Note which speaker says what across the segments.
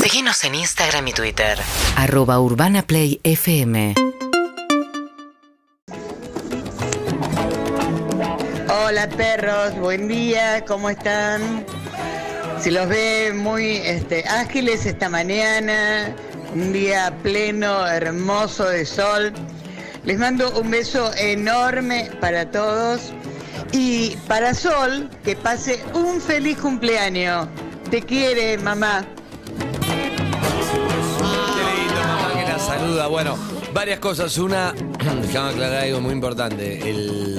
Speaker 1: Seguinos en Instagram y Twitter.
Speaker 2: Arroba Urbana Play FM.
Speaker 3: Hola perros, buen día, ¿cómo están? Se los ve muy este, ágiles esta mañana, un día pleno, hermoso de sol. Les mando un beso enorme para todos y para Sol, que pase un feliz cumpleaños. Te quiere, mamá.
Speaker 4: Qué lindo, mamá, que la saluda. Bueno, varias cosas. Una, déjame aclarar algo muy importante. El,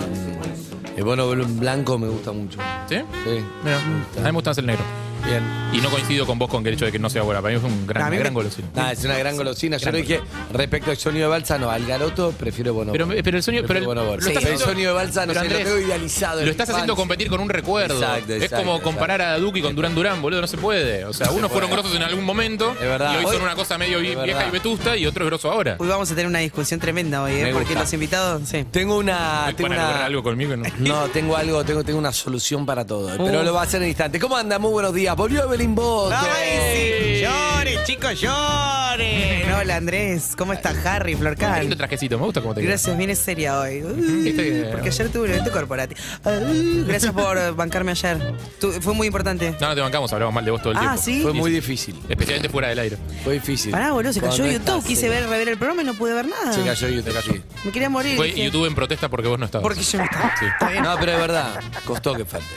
Speaker 4: el bono blanco me gusta mucho.
Speaker 5: ¿Sí?
Speaker 4: Sí.
Speaker 5: Mira, a mí me gusta más el negro.
Speaker 4: Bien.
Speaker 5: Y no coincido con vos con que el hecho de que no sea buena. Para mí es un gran,
Speaker 4: A mí
Speaker 5: una
Speaker 4: me-
Speaker 5: gran golosina.
Speaker 4: Nada, Ah, es una gran golosina. Yo le dije, respecto al sonido de balsa, no, al garoto prefiero bono.
Speaker 5: Pero, pero el sueño. Pero el,
Speaker 4: Prefiero Bonobo.
Speaker 5: lo
Speaker 4: Sí,
Speaker 5: estás
Speaker 4: el
Speaker 5: haciendo-
Speaker 4: sonido de balsa, no
Speaker 5: pero
Speaker 4: sé, lo
Speaker 5: Andrés,
Speaker 4: tengo idealizado en
Speaker 5: Lo
Speaker 4: mi
Speaker 5: estás haciendo
Speaker 4: infancia.
Speaker 5: competir con un recuerdo.
Speaker 4: Exacto,
Speaker 5: es
Speaker 4: exacto,
Speaker 5: como
Speaker 4: exacto.
Speaker 5: comparar a Duki con Durán Durán, boludo, no se puede. O sea, unos fueron
Speaker 4: puede.
Speaker 5: grosos en algún momento.
Speaker 4: Es verdad.
Speaker 5: Y hoy,
Speaker 4: Hoy-
Speaker 5: son una cosa medio vie-
Speaker 4: es verdad.
Speaker 5: vieja y vetusta y otro es grosso ahora.
Speaker 6: Hoy vamos a tener una discusión tremenda hoy, ¿eh?
Speaker 4: Me
Speaker 6: Porque
Speaker 4: gusta.
Speaker 6: los invitados, sí.
Speaker 4: Tengo una.
Speaker 5: Hoy
Speaker 4: Tengo
Speaker 5: van a lograr
Speaker 4: una
Speaker 5: algo conmigo. ¿no?
Speaker 4: no, tengo algo, tengo, tengo una solución para todo.
Speaker 5: Oh.
Speaker 4: Pero lo va a hacer en instante. ¿Cómo anda? Muy buenos días. Volvió Evelyn Bote.
Speaker 6: ¡Ay, sí! ¡Lloren, chicos, lloren! Hola, Andrés. ¿Cómo estás, Harry,
Speaker 5: Qué lindo
Speaker 6: Florcan?
Speaker 5: trajecito, me gusta cómo te queda.
Speaker 6: Gracias, viene seria hoy. Uy,
Speaker 5: Viste que-
Speaker 6: porque ayer tuve un evento corporativo. Uy, gracias por bancarme ayer. Tu- fue muy importante.
Speaker 5: No, no te bancamos, hablamos mal de vos todo el
Speaker 6: Ah,
Speaker 5: tiempo.
Speaker 6: ¿sí?
Speaker 4: Fue muy difícil.
Speaker 5: Especialmente fuera del aire.
Speaker 4: Fue difícil.
Speaker 6: Pará, boludo, se cayó
Speaker 4: Cuando
Speaker 6: YouTube.
Speaker 4: estás,
Speaker 6: Quise
Speaker 4: sí.
Speaker 6: ver, rever el programa y no pude ver nada.
Speaker 4: Se cayó YouTube. sí.
Speaker 6: Me quería morir.
Speaker 5: Fue
Speaker 6: dije.
Speaker 5: YouTube en protesta porque vos no estabas.
Speaker 6: Porque yo no estaba.
Speaker 5: Sí.
Speaker 6: Está bien.
Speaker 4: No, pero es verdad. Costó que faltes.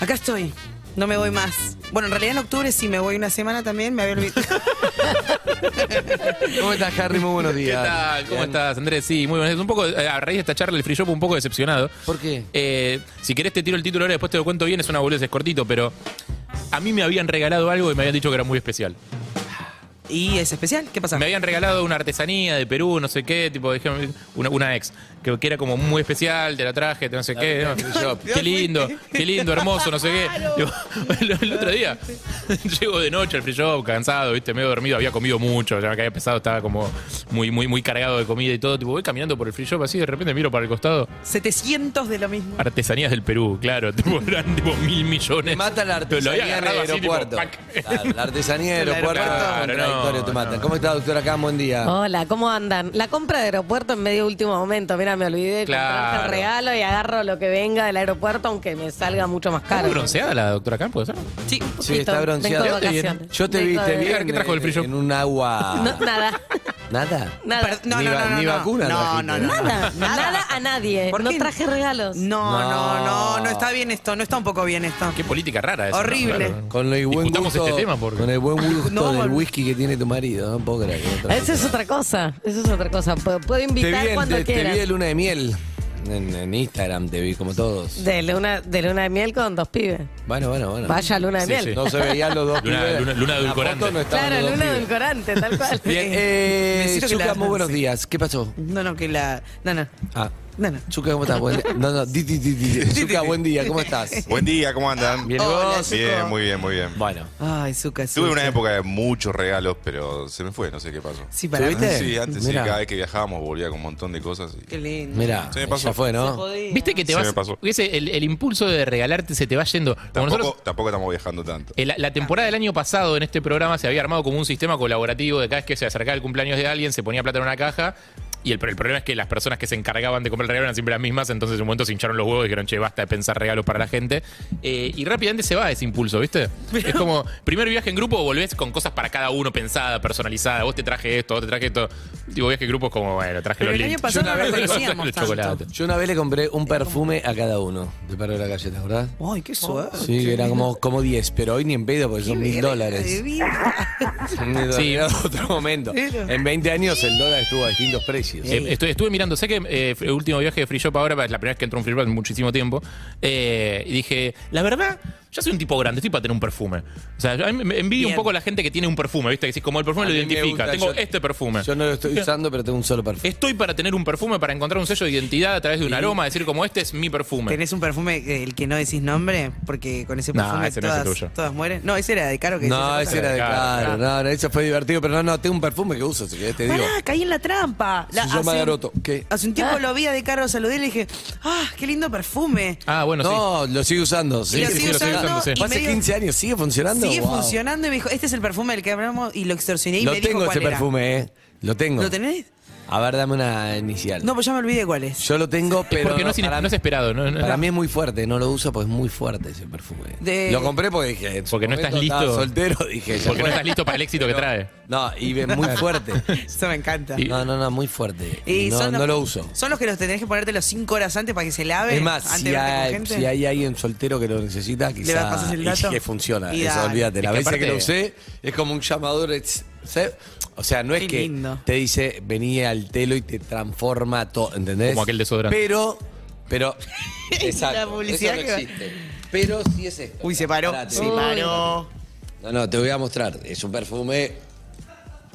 Speaker 6: Acá estoy. No me voy más. Bueno, en realidad en octubre sí me voy una semana también. Me había olvidado.
Speaker 4: ¿Cómo estás, Harry? Muy buenos
Speaker 5: ¿Qué
Speaker 4: días.
Speaker 5: tal? ¿Cómo
Speaker 4: Bien.
Speaker 5: estás, Andrés? Sí, muy buenas. Un poco, eh, a raíz de esta charla, el free shop un poco decepcionado.
Speaker 4: ¿Por qué?
Speaker 5: Eh, si querés te tiro el título ahora, después te lo cuento bien, es una boludez, es cortito, pero a mí me habían regalado algo y me habían dicho que era muy especial.
Speaker 6: ¿Y es especial? ¿Qué pasa?
Speaker 5: Me habían regalado una artesanía de Perú, no sé qué, tipo, déjame- una, una ex, que, que era como muy especial, te la traje, te no sé qué. ¿no?
Speaker 4: free shop.
Speaker 5: Qué lindo, qué lindo, hermoso, no sé qué. Digo, el, el otro día llego de noche al free shop, cansado, viste, medio dormido, había comido mucho, ya que había pesado, estaba como muy, muy, muy cargado de comida y todo. Tipo, voy caminando por el free shop así, de repente miro para el costado.
Speaker 6: 700 de lo mismo.
Speaker 5: Artesanías del Perú, claro, tipo, eran tipo mil millones.
Speaker 4: Te mata la
Speaker 5: Pero lo había
Speaker 4: artesanía del
Speaker 5: agarrado así, tipo,
Speaker 4: aeropuerto.
Speaker 5: pac.
Speaker 4: Claro, la artesanía del
Speaker 6: El
Speaker 4: aeropuerto
Speaker 5: aeropuerto.
Speaker 4: contradictorio
Speaker 5: Claro,
Speaker 4: te
Speaker 5: no,
Speaker 4: matan.
Speaker 5: no.
Speaker 4: ¿Cómo está, doctora Cam? Buen día.
Speaker 7: Hola, ¿cómo andan? La compra de aeropuerto en medio último momento. Mira, me olvidé de comprar
Speaker 5: Claro.
Speaker 7: el regalo y agarro lo que venga del aeropuerto, aunque me salga mucho más
Speaker 5: ¿Está
Speaker 7: caro.
Speaker 5: bronceada la doctora Campo? ¿sabes?
Speaker 6: Sí.
Speaker 7: Un
Speaker 4: Sí, está
Speaker 7: poquito.
Speaker 4: bronceada.
Speaker 7: Vengo
Speaker 4: ¿De
Speaker 7: de
Speaker 4: dónde viene?
Speaker 7: vacaciones.
Speaker 4: Yo te vi,
Speaker 7: Vengo
Speaker 4: te
Speaker 7: de-
Speaker 4: vi
Speaker 5: ¿Qué
Speaker 4: en-
Speaker 5: trajo el frío?
Speaker 4: en un agua.
Speaker 7: No, nada,
Speaker 4: ¿Nada?
Speaker 7: nada.
Speaker 6: Per- No,
Speaker 4: Ni
Speaker 6: no,
Speaker 4: va-
Speaker 6: no, no,
Speaker 4: ni
Speaker 6: no.
Speaker 4: vacuna
Speaker 6: No,
Speaker 4: trajiste.
Speaker 6: no, no.
Speaker 7: Nada, nada a nadie.
Speaker 6: ¿Por
Speaker 7: No
Speaker 6: qué?
Speaker 7: traje regalos.
Speaker 6: No, no, no, no está bien esto, no está un poco bien esto.
Speaker 5: Qué política rara esa.
Speaker 6: Horrible.
Speaker 5: ¿no?
Speaker 4: Con lo y buen
Speaker 5: Discutamos
Speaker 4: gusto,
Speaker 5: este tema porque...
Speaker 4: Con el buen gusto
Speaker 6: No,
Speaker 4: del
Speaker 6: bueno.
Speaker 4: whisky que tiene tu marido. No puedo creer. que no
Speaker 7: Esa es otra cosa. Esa es otra cosa. Puedo, puedo
Speaker 4: Te
Speaker 7: invitar
Speaker 4: vi, en,
Speaker 7: cuando
Speaker 4: te- te
Speaker 7: quieras.
Speaker 4: vi en luna de miel. En, en Instagram te vi como todos.
Speaker 7: de, luna, de luna de miel con dos pibes.
Speaker 4: Bueno, bueno, bueno.
Speaker 7: Vaya luna de
Speaker 5: Sí,
Speaker 7: miel.
Speaker 5: sí.
Speaker 4: No se veían los dos.
Speaker 5: Luna-
Speaker 4: pibes.
Speaker 5: luna- luna
Speaker 4: En la foto
Speaker 5: edulcorante.
Speaker 4: no estaban
Speaker 7: Claro,
Speaker 4: los dos
Speaker 7: luna
Speaker 4: pibes.
Speaker 7: edulcorante, tal cual.
Speaker 4: Bien, eh,
Speaker 6: Necesito que
Speaker 4: Zucca,
Speaker 6: la-
Speaker 4: muy buenos
Speaker 6: sí.
Speaker 4: días. ¿Qué pasó?
Speaker 6: No, no, que la. No, no,
Speaker 4: Ah,
Speaker 6: no, no.
Speaker 4: Zucca, ¿cómo estás? Buen día. No, no, di, di, di, di. Zucca, buen día, ¿cómo estás?
Speaker 8: Buen día, ¿cómo andan?
Speaker 4: Bien,
Speaker 6: Hola,
Speaker 4: vos.
Speaker 6: Zucca.
Speaker 8: Bien, muy bien, muy bien.
Speaker 4: Bueno,
Speaker 6: Ay, Zuka,
Speaker 8: Tuve una época de muchos regalos, pero se me fue, no sé qué pasó.
Speaker 6: Sí, para
Speaker 4: ¿Tuviste?
Speaker 8: Sí, antes sí,
Speaker 4: Mirá.
Speaker 8: cada vez que viajábamos volvía con un montón de cosas. y-
Speaker 6: Qué lindo.
Speaker 4: mirá,
Speaker 8: Se me pasó.
Speaker 4: ya fue, ¿no?
Speaker 6: Jodía.
Speaker 5: Viste que te
Speaker 8: Se
Speaker 5: vas.
Speaker 8: me pasó.
Speaker 5: ese- el, el impulso de regalarte se te va yendo. Como
Speaker 8: Tampoco,
Speaker 5: nosotros-
Speaker 8: tampoco estamos viajando tanto.
Speaker 5: eh, la, la temporada del año pasado en este programa se había armado como un sistema colaborativo de cada vez que se acercaba el cumpleaños de alguien, se ponía plata en una caja. Y el, pro- el problema es que las personas que se encargaban de comprar el regalo eran siempre las mismas, entonces en un momento se hincharon los huevos y dijeron, che, basta de pensar regalos para la gente. Eh, y rápidamente se va ese impulso, ¿viste? Es como, primer viaje en grupo, volvés con cosas para cada uno pensada, personalizada. Vos te traje esto, vos te traje esto. Tipo, viaje en grupo es como, bueno, traje
Speaker 6: Pero
Speaker 5: los
Speaker 6: el año
Speaker 5: links.
Speaker 6: pasado
Speaker 4: Yo una
Speaker 6: no lo
Speaker 4: vez-
Speaker 6: conocíamos
Speaker 5: El
Speaker 6: tanto.
Speaker 5: chocolate.
Speaker 4: Yo una vez le compré un perfume a cada uno de Paro de la Calle, ¿te acordás?
Speaker 6: Ay, qué suerte.
Speaker 4: Sí, que eran como, como 10, pero hoy ni en pedo porque son mil
Speaker 6: De
Speaker 4: dólares.
Speaker 6: vida.
Speaker 4: Sí, era otro momento. En 20 años el dólar estuvo a distintos precios.
Speaker 5: Eh, estoy- estuve mirando, sé que eh, el último viaje de Free Shop ahora, es la primera vez que entro a un Free Shop en muchísimo tiempo, eh, y dije, la verdad, yo soy un tipo grande, estoy para tener un perfume. O sea, yo- a mí me envidio
Speaker 6: Bien.
Speaker 5: un poco la gente que tiene un perfume, ¿viste? Que si como el perfume
Speaker 4: A
Speaker 5: lo
Speaker 4: mí me
Speaker 5: identifica,
Speaker 4: gusta,
Speaker 5: tengo
Speaker 4: yo-
Speaker 5: este perfume.
Speaker 4: Yo no lo estoy usando, pero tengo un solo perfume.
Speaker 5: Estoy para tener un perfume, para encontrar un sello de identidad a través de un aroma, decir como este es mi perfume.
Speaker 6: ¿Tenés un perfume eh, el que no decís nombre? Porque con ese
Speaker 5: No,
Speaker 6: perfume
Speaker 5: ese no es el
Speaker 6: todas,
Speaker 5: tuyo.
Speaker 6: todas mueren. No, ese era de caro que
Speaker 4: No,
Speaker 6: decís
Speaker 4: ese
Speaker 6: esa cosa.
Speaker 4: era de
Speaker 5: Claro,
Speaker 4: claro. No, no, eso fue divertido, pero no, no, tengo un perfume que uso, si querés te digo.
Speaker 6: Pará, caí en la trampa. La la-
Speaker 4: se llama
Speaker 6: hace-
Speaker 4: Garoto. ¿Qué?
Speaker 6: Hace un tiempo lo vi a De Caro, saludé y le dije, ¡ah, qué lindo perfume!
Speaker 5: Ah, bueno, sí.
Speaker 4: no, lo sigue usando.
Speaker 6: Y
Speaker 4: Sí,
Speaker 5: sí,
Speaker 6: lo sigue
Speaker 5: lo sigue
Speaker 6: usando.
Speaker 5: usando, sí.
Speaker 6: y
Speaker 4: Fue
Speaker 6: me
Speaker 4: Hace
Speaker 6: dijo,
Speaker 4: 15 años, sigue funcionando.
Speaker 6: Sigue
Speaker 4: Wow.
Speaker 6: funcionando y me dijo, este es el perfume del que hablamos y lo extorsioné y
Speaker 4: Lo
Speaker 6: me dijo
Speaker 4: tengo
Speaker 6: cuál
Speaker 4: ese
Speaker 6: era.
Speaker 4: perfume, ¿eh? Lo tengo.
Speaker 6: ¿Lo tenés?
Speaker 4: A ver, dame una inicial.
Speaker 6: No, pues ya me olvidé cuál es.
Speaker 4: Yo lo tengo, pero.
Speaker 5: Porque no es, ine-
Speaker 4: para-
Speaker 5: no es esperado. No, no-
Speaker 4: Para mí es muy fuerte, no lo uso porque es muy fuerte ese perfume.
Speaker 6: De-
Speaker 4: Lo compré porque dije. en su
Speaker 5: Porque no estás
Speaker 4: momento estaba
Speaker 5: listo.
Speaker 4: soltero, dije. ya
Speaker 5: Porque no
Speaker 4: fue.
Speaker 5: estás listo para el éxito que trae.
Speaker 4: No, y es muy fuerte.
Speaker 6: Eso me encanta.
Speaker 5: Y-
Speaker 4: No, no, no, muy fuerte.
Speaker 6: Y
Speaker 4: no,
Speaker 6: son
Speaker 4: no lo uso.
Speaker 6: Son los que los tenés que ponértelo cinco horas antes para que se lave.
Speaker 4: Es más,
Speaker 6: antes
Speaker 4: si
Speaker 6: de verte con
Speaker 4: hay,
Speaker 6: gente.
Speaker 4: si hay alguien soltero que lo necesita,
Speaker 6: pasas
Speaker 4: quizás
Speaker 6: el dato?
Speaker 4: que funciona.
Speaker 6: Y
Speaker 4: Eso,
Speaker 6: dale.
Speaker 4: olvídate. La
Speaker 5: Es que
Speaker 4: vez que lo
Speaker 5: aparte-
Speaker 4: usé, es como un llamador. es- ¿sabes? O sea, no es
Speaker 6: Qué
Speaker 4: que
Speaker 6: lindo.
Speaker 4: te dice, vení al telo y te transforma todo, ¿entendés?
Speaker 5: Como aquel desodorante.
Speaker 4: Pero, pero, exacto,
Speaker 6: publicidad
Speaker 4: eso
Speaker 6: que
Speaker 4: no
Speaker 6: va-
Speaker 4: existe. Pero sí es esto.
Speaker 6: Uy, se paró.
Speaker 4: Pará, te
Speaker 6: Se
Speaker 4: digo.
Speaker 6: paró.
Speaker 4: No, no, te voy a mostrar. Es un perfume,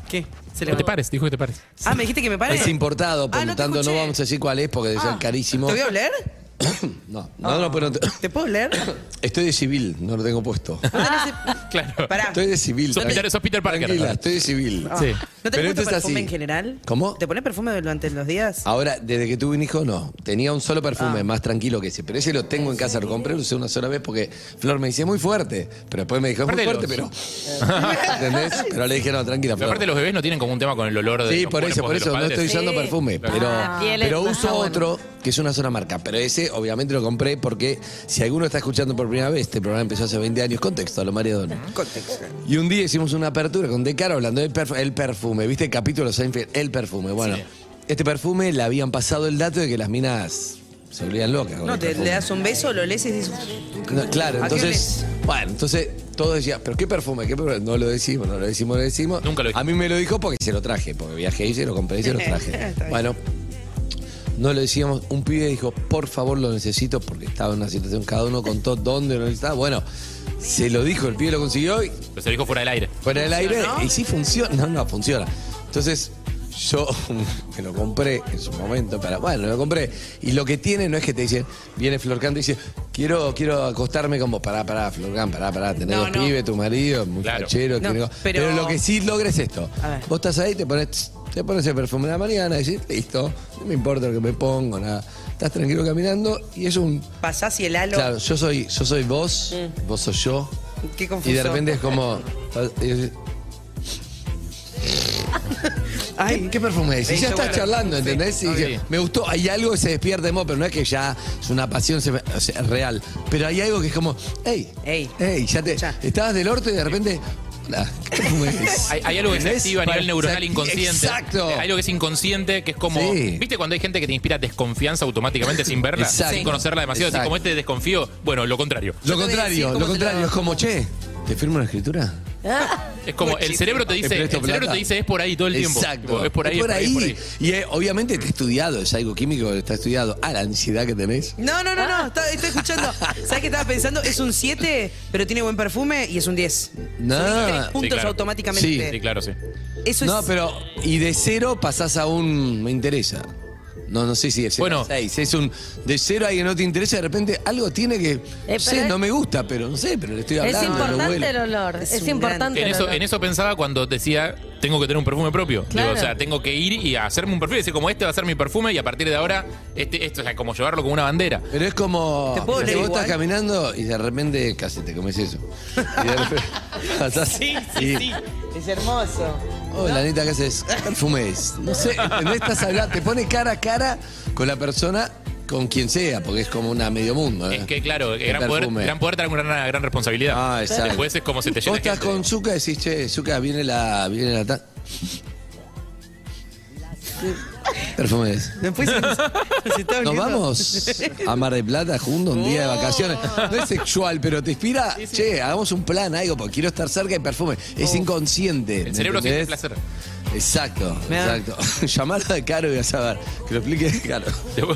Speaker 6: ¿Qué? Se
Speaker 5: Que
Speaker 6: le
Speaker 5: te pares, dijo que te pares.
Speaker 6: Ah, me dijiste que me pare.
Speaker 4: es importado, por
Speaker 6: Ah,
Speaker 4: lo
Speaker 6: no te
Speaker 4: tanto no
Speaker 6: escuché.
Speaker 4: vamos a decir cuál es porque debe ser
Speaker 6: Ah,
Speaker 4: carísimo.
Speaker 6: ¿Te voy a oler?
Speaker 4: No, no, no, pero no te-
Speaker 6: ¿Te puedo oler?
Speaker 4: estoy de civil, no lo tengo puesto.
Speaker 5: Claro.
Speaker 6: Pará.
Speaker 4: Estoy de civil.
Speaker 5: Sos Peter-
Speaker 4: tranqui-
Speaker 5: sos Peter Parker.
Speaker 4: Tranquila, estoy de civil.
Speaker 5: Sí.
Speaker 6: Ah.
Speaker 4: Pero
Speaker 6: ¿No te pones
Speaker 4: esto es
Speaker 6: perfume
Speaker 4: así.
Speaker 6: en general?
Speaker 4: ¿Cómo? Ah,
Speaker 6: ¿Te pones perfume durante los días?
Speaker 4: Ahora, desde que tuve un hijo, no. Tenía un solo perfume,
Speaker 6: Ah.
Speaker 4: más tranquilo que ese. Pero ese lo tengo en casa. Lo compré, lo usé una sola vez porque Flor me dice muy fuerte. Pero después me dijo, es muy fuerte,
Speaker 5: Aparte
Speaker 4: pero. ¿Entendés? Pero le dije, no, tranquila,
Speaker 5: Pero
Speaker 4: Flor.
Speaker 5: aparte los bebés no tienen como un tema con el olor de
Speaker 4: Sí,
Speaker 5: los
Speaker 4: por eso,
Speaker 5: cuerpos
Speaker 4: por
Speaker 5: de los
Speaker 4: eso. No
Speaker 5: padres.
Speaker 4: estoy usando
Speaker 7: Sí.
Speaker 4: perfume. Pero,
Speaker 7: Ah, piel
Speaker 4: pero
Speaker 7: es-
Speaker 4: uso
Speaker 7: ah, bueno.
Speaker 4: otro que es una sola marca. Pero ese, obviamente, lo compré porque si alguno está escuchando por primera vez, este programa empezó hace 20 años. Contexto, a lo Maradona.
Speaker 7: Ah.
Speaker 6: Contexto.
Speaker 4: Y un día hicimos una apertura con Decaro hablando del perf- el perfume. ¿Viste el capítulo Seinfeld? El perfume. Bueno, este perfume le habían pasado el dato de que las minas se volvían locas. Con
Speaker 6: No,
Speaker 4: el
Speaker 6: te,
Speaker 4: perfume.
Speaker 6: le das un beso, lo lees y dices.
Speaker 4: No, claro,
Speaker 6: ¿A qué
Speaker 4: entonces. Bueno, entonces todos decían, ¿pero qué perfume? ¿Qué perfume? No lo decimos, no lo decimos, no lo decimos.
Speaker 5: Nunca lo dijimos.
Speaker 4: A mí me lo dijo porque se lo traje, porque viajé y se lo compré y se lo traje.
Speaker 6: Está bien.
Speaker 4: bueno, no lo decíamos. Un pibe dijo, por favor, lo necesito, porque estaba en una situación, cada uno contó dónde lo necesitaba. Bueno, se lo dijo, el pibe lo consiguió y
Speaker 5: Pero se lo dijo fuera del aire.
Speaker 4: Fuera el aire y sí funciona. No, no, funciona. Entonces, yo me lo compré en su momento para. Bueno, lo compré. Y lo que tiene no es que te dicen, viene Florcan y dice, quiero, quiero acostarme como pará, pará, Florcan, pará, pará, tenés
Speaker 6: No,
Speaker 4: dos
Speaker 6: no.
Speaker 4: pibes, tu marido, muy
Speaker 5: Claro.
Speaker 4: fachero,
Speaker 6: No,
Speaker 4: tenés-
Speaker 6: pero-
Speaker 4: pero... lo que sí logra es esto.
Speaker 6: A ver.
Speaker 4: Vos estás ahí, te pones, tss, te pones el perfume de la mañana, y decís, listo, no me importa lo que me pongo, nada. Estás tranquilo caminando y es un.
Speaker 6: Pasás y el halo.
Speaker 4: Claro, yo soy, yo soy vos, vos soy yo.
Speaker 6: Mm. Qué confuso.
Speaker 4: Y de repente es como. eh,
Speaker 6: Ay,
Speaker 4: ¿Qué, qué perfume es? Y
Speaker 6: Sí,
Speaker 4: ya estás
Speaker 6: seguro.
Speaker 4: charlando, ¿entendés?
Speaker 5: Sí,
Speaker 4: Y dice,
Speaker 5: obvio.
Speaker 4: me gustó, hay algo que se despierta en vos, pero no es que ya es una pasión se- o sea, real. Pero hay algo que es como, hey,
Speaker 6: Ey.
Speaker 4: ya te.
Speaker 6: Ya.
Speaker 4: Estabas del orto y de repente. hola, ¿qué perfume es?
Speaker 5: Hay, hay algo que se
Speaker 4: ¿Entendés?
Speaker 5: activa a nivel
Speaker 4: Para-
Speaker 5: neuronal
Speaker 4: se-
Speaker 5: inconsciente.
Speaker 4: Exacto.
Speaker 5: Hay algo que es inconsciente, que es como.
Speaker 4: Sí.
Speaker 5: ¿Viste cuando hay gente que te inspira desconfianza automáticamente sin verla?
Speaker 4: Exacto.
Speaker 5: Sin conocerla demasiado. Así
Speaker 4: Exacto.
Speaker 5: como este desconfío. Bueno, lo contrario.
Speaker 4: Lo
Speaker 6: voy a decir
Speaker 4: contrario,
Speaker 6: cómo
Speaker 4: lo
Speaker 6: te
Speaker 4: contrario,
Speaker 6: lo-
Speaker 4: es como, che, ¿te firmo una escritura?
Speaker 5: Es como el cerebro te dice,
Speaker 4: Te
Speaker 5: el
Speaker 4: presto
Speaker 5: cerebro
Speaker 4: plata.
Speaker 5: te dice es por ahí todo el tiempo.
Speaker 4: Exacto.
Speaker 5: Tipo, Es por ahí, es por ahí. es por ahí.
Speaker 4: Y eh, obviamente está estudiado, es algo químico que está estudiado. Ah, la ansiedad que tenés.
Speaker 6: No, no, no, no, está- estoy escuchando. ¿Sabes qué estaba pensando? Es un 7, pero tiene buen perfume y es un 10.
Speaker 4: No.
Speaker 6: Tres puntos
Speaker 5: Sí, claro.
Speaker 6: automáticamente.
Speaker 4: Sí.
Speaker 5: Sí, claro, sí.
Speaker 6: Eso
Speaker 4: No,
Speaker 6: es.
Speaker 4: pero y de cero pasás a un me interesa. No, no sé si es
Speaker 5: Bueno.
Speaker 4: bueno, seis. Es un de cero a que no te interesa, de repente algo tiene que. no
Speaker 7: Eh, pero
Speaker 4: sé,
Speaker 7: es-
Speaker 4: no me gusta, pero no sé, pero le estoy hablando.
Speaker 7: Es
Speaker 4: lo huelo.
Speaker 7: importante el olor.
Speaker 6: Es
Speaker 7: Es,
Speaker 6: un
Speaker 7: importante
Speaker 5: En
Speaker 7: el
Speaker 5: eso,
Speaker 7: olor.
Speaker 5: en eso pensaba cuando decía, tengo que tener un perfume propio.
Speaker 7: Claro.
Speaker 5: Digo, o sea, tengo que ir y hacerme un perfume. Decir, como este va a ser mi perfume y a partir de ahora, este, esto, o sea, como llevarlo como una bandera.
Speaker 4: Pero es como.
Speaker 6: ¿Te puedo
Speaker 4: que
Speaker 6: leer
Speaker 4: vos
Speaker 6: igual?
Speaker 4: estás caminando y de repente casi te comes eso. Y de repente pasás
Speaker 6: Sí,
Speaker 4: y-
Speaker 6: sí, sí. Es hermoso.
Speaker 4: Oh, la neta, ¿qué haces? ¿Qué perfume es? No sé, ¿entendés? Estás hablando, te pone cara a cara con la persona, con quien sea, porque es como una medio mundo. ¿eh?
Speaker 5: Es que, claro,
Speaker 4: El
Speaker 5: gran poder,
Speaker 4: perfume.
Speaker 5: gran poder trae una gran, gran responsabilidad.
Speaker 4: Ah, exacto.
Speaker 5: Después es como se te llena
Speaker 4: Vos
Speaker 5: de
Speaker 4: estás
Speaker 5: gente.
Speaker 4: con Zuka y decís, che, Zuka, viene la. Viene la ta- Perfumes.
Speaker 6: Después se nos, nos está
Speaker 4: ¿Nos
Speaker 6: oliendo.
Speaker 4: vamos a Mar del Plata juntos un día de vacaciones? No es sexual, pero te inspira, che, hagamos un plan, algo, porque quiero estar cerca de perfume. Es
Speaker 6: Oh.
Speaker 4: inconsciente.
Speaker 5: El cerebro siente
Speaker 4: ¿entendés?
Speaker 5: placer.
Speaker 4: Exacto,
Speaker 6: Me da-
Speaker 4: exacto. Llamalo de Caro y vas a ver. Que lo explique Caro.